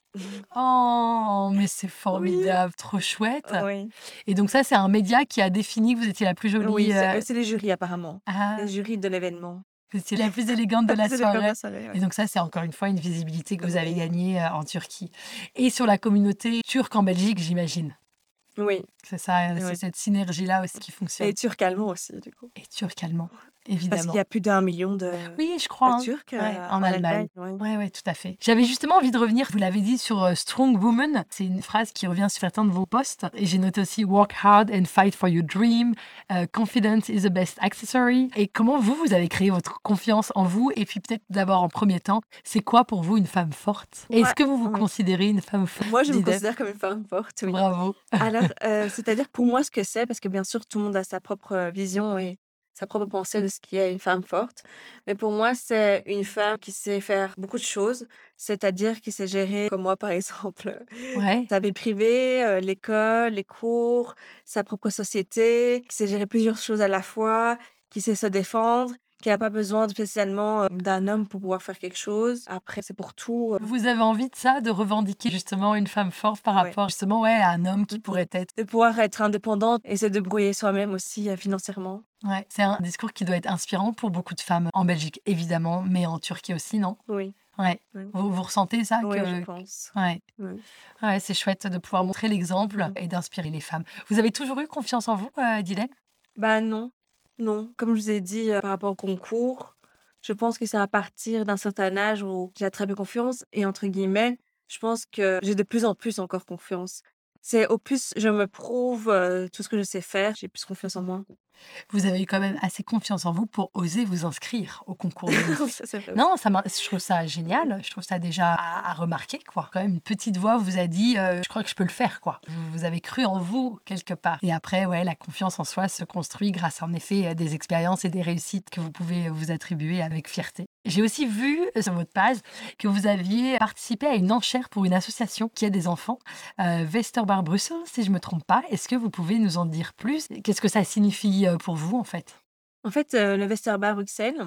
S1: Oh, mais c'est formidable, trop chouette.
S2: Oui,
S1: Et donc, ça, c'est un média qui a défini que vous étiez la plus jolie.
S2: oui c'est-
S1: euh,
S2: c'est les jurys apparemment.
S1: ah,
S2: Les jurys de l'événement. Ah,
S1: vous étiez la plus élégante de la
S2: C'est élégante de
S1: soirée.
S2: la soirée, ouais.
S1: Et donc, ça, c'est encore une fois une visibilité que vous avez
S2: Oui.
S1: gagnée euh, en Turquie. Et sur la communauté turque en Belgique, j'imagine.
S2: Oui,
S1: C'est ça, euh, c'est
S2: Ouais.
S1: cette synergie-là aussi qui fonctionne.
S2: et turc allemand aussi, du coup.
S1: Et, turc-allemand,
S2: Parce
S1: évidemment.
S2: qu'il y a plus d'un million de,
S1: Oui, je
S2: de
S1: crois. hein.
S2: Turcs
S1: ouais,
S2: euh,
S1: en Allemagne.
S2: ouais.
S1: Ouais, ouais, tout à fait. J'avais justement envie de revenir, vous l'avez dit, sur euh, Strong Woman. C'est une phrase qui revient sur certains de vos posts. Et j'ai noté aussi Work hard and fight for your dream. Euh, confidence is the best accessory. Et comment vous, vous avez créé votre confiance en vous Et puis peut-être d'abord en premier temps, c'est quoi pour vous une femme forte
S2: Ouais,
S1: Est-ce que vous vous
S2: ouais.
S1: considérez une femme forte
S2: Moi, je me
S1: Didem
S2: considère comme une femme forte, oui.
S1: Bravo.
S2: Alors, euh, c'est-à-dire pour moi, ce que c'est, parce que bien sûr, tout le monde a sa propre euh, vision et sa propre pensée de ce qui est une femme forte. Mais pour moi, c'est une femme qui sait faire beaucoup de choses, c'est-à-dire qui sait gérer, comme moi, par exemple,
S1: Ouais.
S2: sa vie privée, euh, l'école, les cours, sa propre société, qui sait gérer plusieurs choses à la fois, qui sait se défendre, qui n'a pas besoin spécialement euh, d'un homme pour pouvoir faire quelque chose. Après, c'est pour tout. euh,
S1: Vous avez envie de ça, de revendiquer justement une femme forte par
S2: Ouais.
S1: rapport justement ouais, à un homme qui pourrait être
S2: de pouvoir être indépendante et se débrouiller soi-même aussi euh, financièrement.
S1: Ouais, c'est un discours qui doit être inspirant pour beaucoup de femmes en Belgique, évidemment, mais en Turquie aussi, non
S2: Oui,
S1: Ouais.
S2: Ouais.
S1: Vous, vous ressentez ça
S2: oui,
S1: Ah que-
S2: je pense.
S1: Ouais.
S2: Ouais.
S1: Ouais, c'est chouette de pouvoir montrer l'exemple
S2: Mhm.
S1: et d'inspirer les femmes. Vous avez toujours eu confiance en vous, euh, Dylan
S2: Bah non, non. Comme je vous ai dit euh, par rapport au concours, je pense que c'est à partir d'un certain âge où j'ai attrapé confiance et entre guillemets, je pense que j'ai de plus en plus encore confiance. C'est au plus je me prouve euh, tout ce que je sais faire, j'ai plus confiance en moi.
S1: Vous avez eu quand même assez confiance en vous pour oser vous inscrire au concours. de Miss.
S2: Ça, c'est vrai.
S1: Non, ça m'a- je trouve ça génial. Je trouve ça déjà à, à remarquer, quoi. Quand même, une petite voix vous a dit, euh, je crois que je peux le faire, quoi. Vous, vous avez cru en vous quelque part. Et après, ouais, la confiance en soi se construit grâce, en effet, à des expériences et des réussites que vous pouvez vous attribuer avec fierté. J'ai aussi vu euh, sur votre page que vous aviez participé à une enchère pour une association qui a des enfants, euh, Westerbar Brussels, si je me trompe pas. Est-ce que vous pouvez nous en dire plus Qu'est-ce que ça signifie euh, pour vous, en fait
S2: En fait, euh, le Westerbar Bruxelles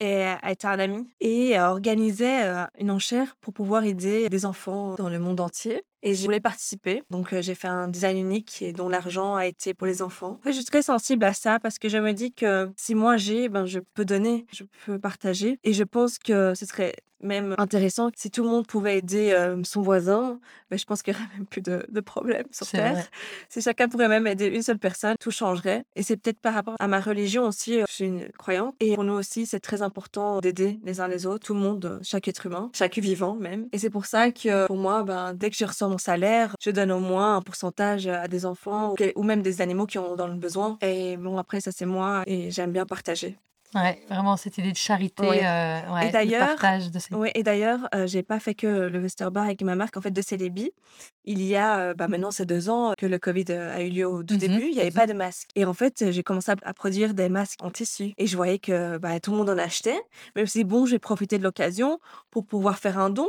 S2: est- a été un ami et euh, organisait euh, une enchère pour pouvoir aider des enfants dans le monde entier. Et je voulais participer. Donc, euh, j'ai fait un design unique et dont l'argent a été pour les enfants. En fait, je suis très sensible à ça parce que je me dis que si moi j'ai, ben, je peux donner, je peux partager. Et je pense que ce serait même intéressant si tout le monde pouvait aider euh, son voisin. Ben, je pense qu'il n'y aurait même plus de, de problèmes sur
S1: C'est
S2: Terre.
S1: vrai.
S2: Si chacun pourrait même aider une seule personne, tout changerait. Et c'est peut-être par rapport à ma religion aussi. Je suis une croyante. Et pour nous aussi, c'est très important d'aider les uns les autres, tout le monde, euh, chaque être humain, chaque vivant même. Et c'est pour ça que pour moi, ben, dès que je reçois mon salaire, je donne au moins un pourcentage euh, à des enfants ou que- ou même des animaux qui en ont dans le besoin. Et bon, après, ça c'est moi et j'aime bien partager.
S1: Ouais, vraiment cette idée de charité,
S2: Ouais.
S1: euh, ouais,
S2: Et
S1: de
S2: d'ailleurs,
S1: partage de ces-
S2: Oui, et d'ailleurs, euh, j'ai pas fait que le Westerbar avec ma marque, en fait, de Célébi. Il y a euh, bah, maintenant, c'est deux ans que le Covid euh, a eu lieu au tout
S1: Mhm,
S2: début. Il n'y avait
S1: mhm.
S2: pas de masque. Et en fait, euh, j'ai commencé à, à produire des masques en tissu. Et je voyais que bah, tout le monde en achetait. Mais c'est bon, j'ai profité de l'occasion pour pouvoir faire un don,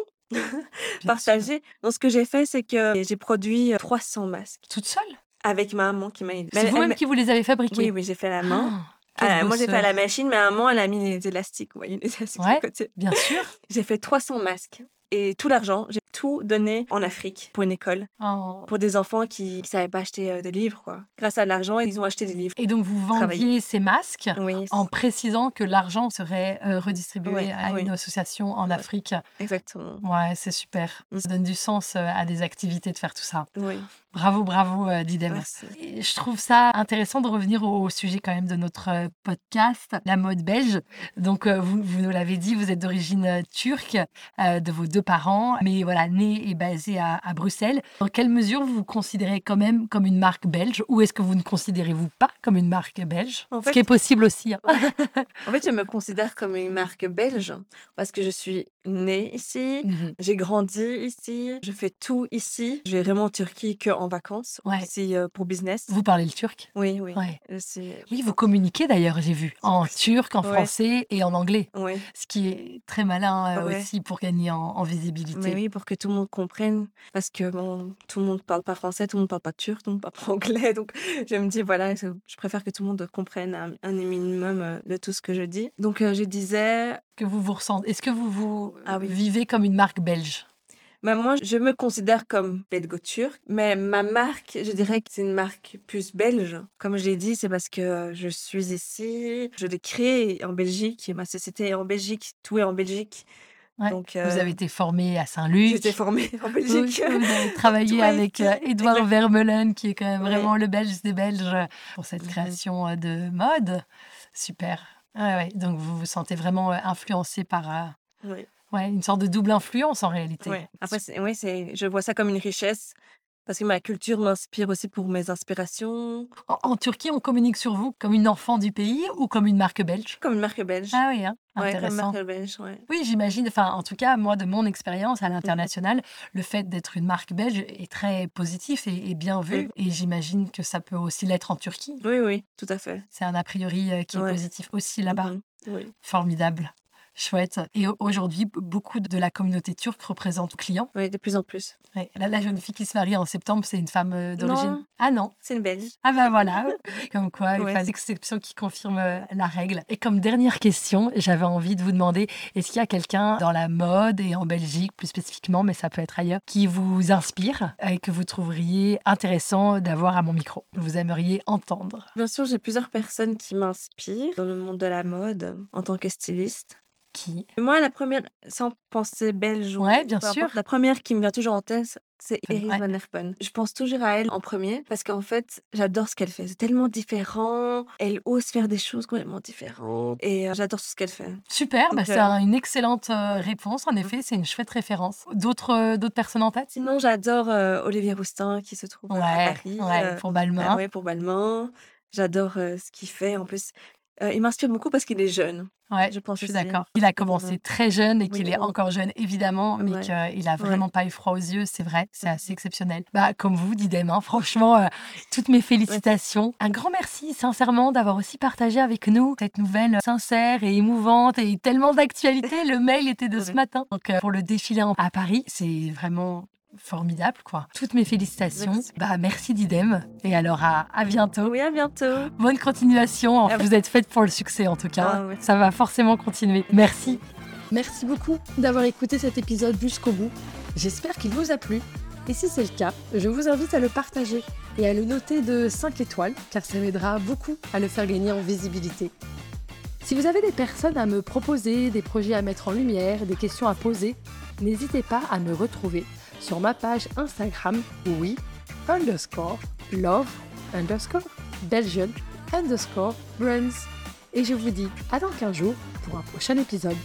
S1: Bien sûr.
S2: partager. Donc, ce que j'ai fait, c'est que j'ai produit euh, 300 masques
S1: Toute seule
S2: avec ma maman qui m'a aidé.
S1: C'est vous-même qui vous les avez fabriqués
S2: Oui, oui, j'ai fait à la main.
S1: Ah,
S2: Ah,
S1: quelle
S2: moi, j'ai fait à
S1: douceur.
S2: la machine, mais à maman, elle a mis les élastiques. Vous voyez, les élastiques sur
S1: Ouais.
S2: le côté.
S1: Bien sûr.
S2: J'ai fait 300 masques. Et tout l'argent, j'ai tout donné en Afrique pour une école,
S1: Oh.
S2: pour des enfants qui ne savaient pas acheter euh, des livres. quoi. Grâce à l'argent, ils ont acheté des livres.
S1: Et donc vous
S2: Travailler.
S1: vendiez ces masques
S2: Oui,
S1: en précisant que l'argent serait euh, redistribué
S2: Ouais,
S1: à
S2: ouais.
S1: une association en
S2: Ouais.
S1: Afrique.
S2: exactement.
S1: Ouais, c'est super.
S2: Mm.
S1: Ça donne du sens euh, à des activités de faire tout ça.
S2: Oui,
S1: Bravo, bravo, euh, Didem.
S2: merci.
S1: Et Je trouve ça intéressant de revenir au au sujet quand même de notre euh, podcast, la mode belge. Donc, euh, vous, vous nous l'avez dit, vous êtes d'origine euh, turque, euh, de vos deux parents, mais voilà, né et basé à, à Bruxelles. Dans quelle mesure vous vous considérez quand même comme une marque belge ou est-ce que vous ne considérez-vous pas comme une marque belge
S2: En
S1: Ce
S2: fait-
S1: qui est possible aussi. hein.
S2: En fait, je me considère comme une marque belge parce que je suis née ici.
S1: Mhm.
S2: J'ai grandi ici, je fais tout ici. Je vais vraiment en Turquie que en vacances,
S1: Ouais.
S2: ici euh, pour business.
S1: Vous parlez le turc
S2: Oui, oui.
S1: Ouais.
S2: Je suis-
S1: Oui, vous communiquez d'ailleurs, j'ai vu, en turc, en
S2: Ouais.
S1: français et en anglais.
S2: Oui.
S1: Ce qui est très malin euh,
S2: Ouais.
S1: aussi pour gagner en, en visibilité.
S2: Mais oui, pour que tout le monde comprenne, parce que bon, tout le monde parle pas français, tout le monde parle pas turc, tout le monde parle pas anglais, donc je me dis voilà, je je préfère que tout le monde comprenne un, un minimum euh, de tout ce que je dis. Donc euh, je disais,
S1: que vous vous ressentez Est-ce que vous vous
S2: Ah oui.
S1: vivez comme une marque belge
S2: bah, moi je me considère comme belgo-turc, mais ma marque, je dirais que c'est une marque plus belge. Comme je l'ai dit, c'est parce que euh, je suis ici, je l'ai créée en Belgique, et ma société est en Belgique, tout est en Belgique.
S1: Ouais,
S2: donc
S1: Vous
S2: euh,
S1: avez été formé à Saint-Luc.
S2: j'étais formée en
S1: Vous,
S2: Belgique.
S1: vous avez travaillé
S2: Tout a
S1: avec
S2: été-
S1: euh, Édouard
S2: exact.
S1: Vermeulen, qui est quand même
S2: Ouais.
S1: vraiment le Belge des Belges euh, pour cette
S2: Mhm.
S1: création euh, de mode. Super. Ouais, ouais. Donc vous vous sentez vraiment euh, influencé par euh,
S2: Oui.
S1: ouais, une sorte de double influence en réalité.
S2: Ouais. Après, c'est- ouais, c'est, je vois ça comme une richesse parce que ma culture m'inspire aussi pour mes inspirations,
S1: En, en Turquie, on communique sur vous comme une enfant du pays ou comme une marque belge
S2: comme une marque belge.
S1: Ah oui, hein,
S2: Ouais, comme une
S1: intéressant.
S2: marque belge, ouais.
S1: Oui, j'imagine. Enfin, en tout cas, moi, de mon expérience à l'international, le fait d'être une marque belge est très positif et, et bien vu.
S2: Mhm.
S1: Et j'imagine que ça peut aussi l'être en Turquie.
S2: Oui, oui, tout à fait.
S1: C'est un a priori euh, qui est
S2: Ouais.
S1: positif aussi là-bas.
S2: Mhm. Oui.
S1: Formidable. Chouette. Et au- aujourd'hui, b- beaucoup de la communauté turque représente clients.
S2: Oui, de plus en plus.
S1: Ouais. Là, la jeune fille qui se marie en septembre, c'est une femme euh, d'origine.
S2: Non.
S1: Ah non.
S2: C'est une belge.
S1: Ah ben voilà, comme quoi,
S2: Ouais.
S1: les des exceptions qui confirment euh, la règle. Et comme dernière question, j'avais envie de vous demander, est-ce qu'il y a quelqu'un dans la mode et en Belgique plus spécifiquement, mais ça peut être ailleurs, qui vous inspire et que vous trouveriez intéressant d'avoir à mon micro, que vous aimeriez entendre
S2: Bien sûr, j'ai plusieurs personnes qui m'inspirent dans le monde de la mode en tant que styliste.
S1: Qui
S2: Et moi, la première, sans penser belge ou
S1: Ouais, bien
S2: peu importe,
S1: sûr.
S2: la première qui me vient toujours en tête, c'est
S1: Ouais.
S2: Iris Van Herpen. Je pense toujours à elle en premier parce qu'en fait, j'adore ce qu'elle fait. C'est tellement différent. Elle ose faire des choses complètement
S1: Oh.
S2: différentes. Et euh, j'adore tout ce qu'elle fait.
S1: Super, bah,
S2: Donc,
S1: c'est
S2: euh,
S1: un- une excellente euh, réponse. En effet, c'est une chouette référence. D'autres euh, d'autres personnes en tête
S2: Sinon, j'adore euh, Olivier Roustin qui se trouve
S1: Ouais,
S2: Bah, à Paris.
S1: ouais,
S2: euh,
S1: pour Balmain.
S2: ah ouais, pour Balmain. J'adore euh, ce qu'il fait. En plus, euh, il m'inspire beaucoup parce qu'il est jeune.
S1: Ouais,
S2: Je pense
S1: je suis
S2: aussi. hein.
S1: d'accord. Il a
S2: Ouais.
S1: commencé très jeune et qu'il
S2: Oui,
S1: est
S2: oui.
S1: encore jeune, évidemment, mais
S2: Ouais.
S1: qu'il a
S2: Ouais.
S1: vraiment pas eu froid aux yeux, c'est vrai, c'est assez exceptionnel. Bah, comme vous, Didem, hein, franchement, euh, toutes mes félicitations. Un grand merci, sincèrement, d'avoir aussi partagé avec nous cette nouvelle sincère et émouvante et tellement d'actualité. Le mail était de ce
S2: Ouais.
S1: matin. Donc, euh, pour le défilé en- à Paris, c'est vraiment formidable, quoi. Toutes mes félicitations.
S2: Merci.
S1: Bah, merci, Didem. Et alors, à, à bientôt.
S2: Oui, à bientôt.
S1: Bonne continuation.
S2: Ah oui.
S1: Vous êtes faite pour le succès en tout cas.
S2: Ah oui.
S1: Ça va forcément continuer. Merci.
S3: Merci beaucoup d'avoir écouté cet épisode jusqu'au bout. J'espère qu'il vous a plu. Et si c'est le cas, je vous invite à le partager et à le noter de 5 étoiles, car ça m'aidera beaucoup à le faire gagner en visibilité. Si vous avez des personnes à me proposer, des projets à mettre en lumière, des questions à poser, n'hésitez pas à me retrouver sur ma page Instagram, oui, underscore, love, underscore, Belgian, underscore, brands. Et je vous dis à dans 15 jours pour un prochain épisode.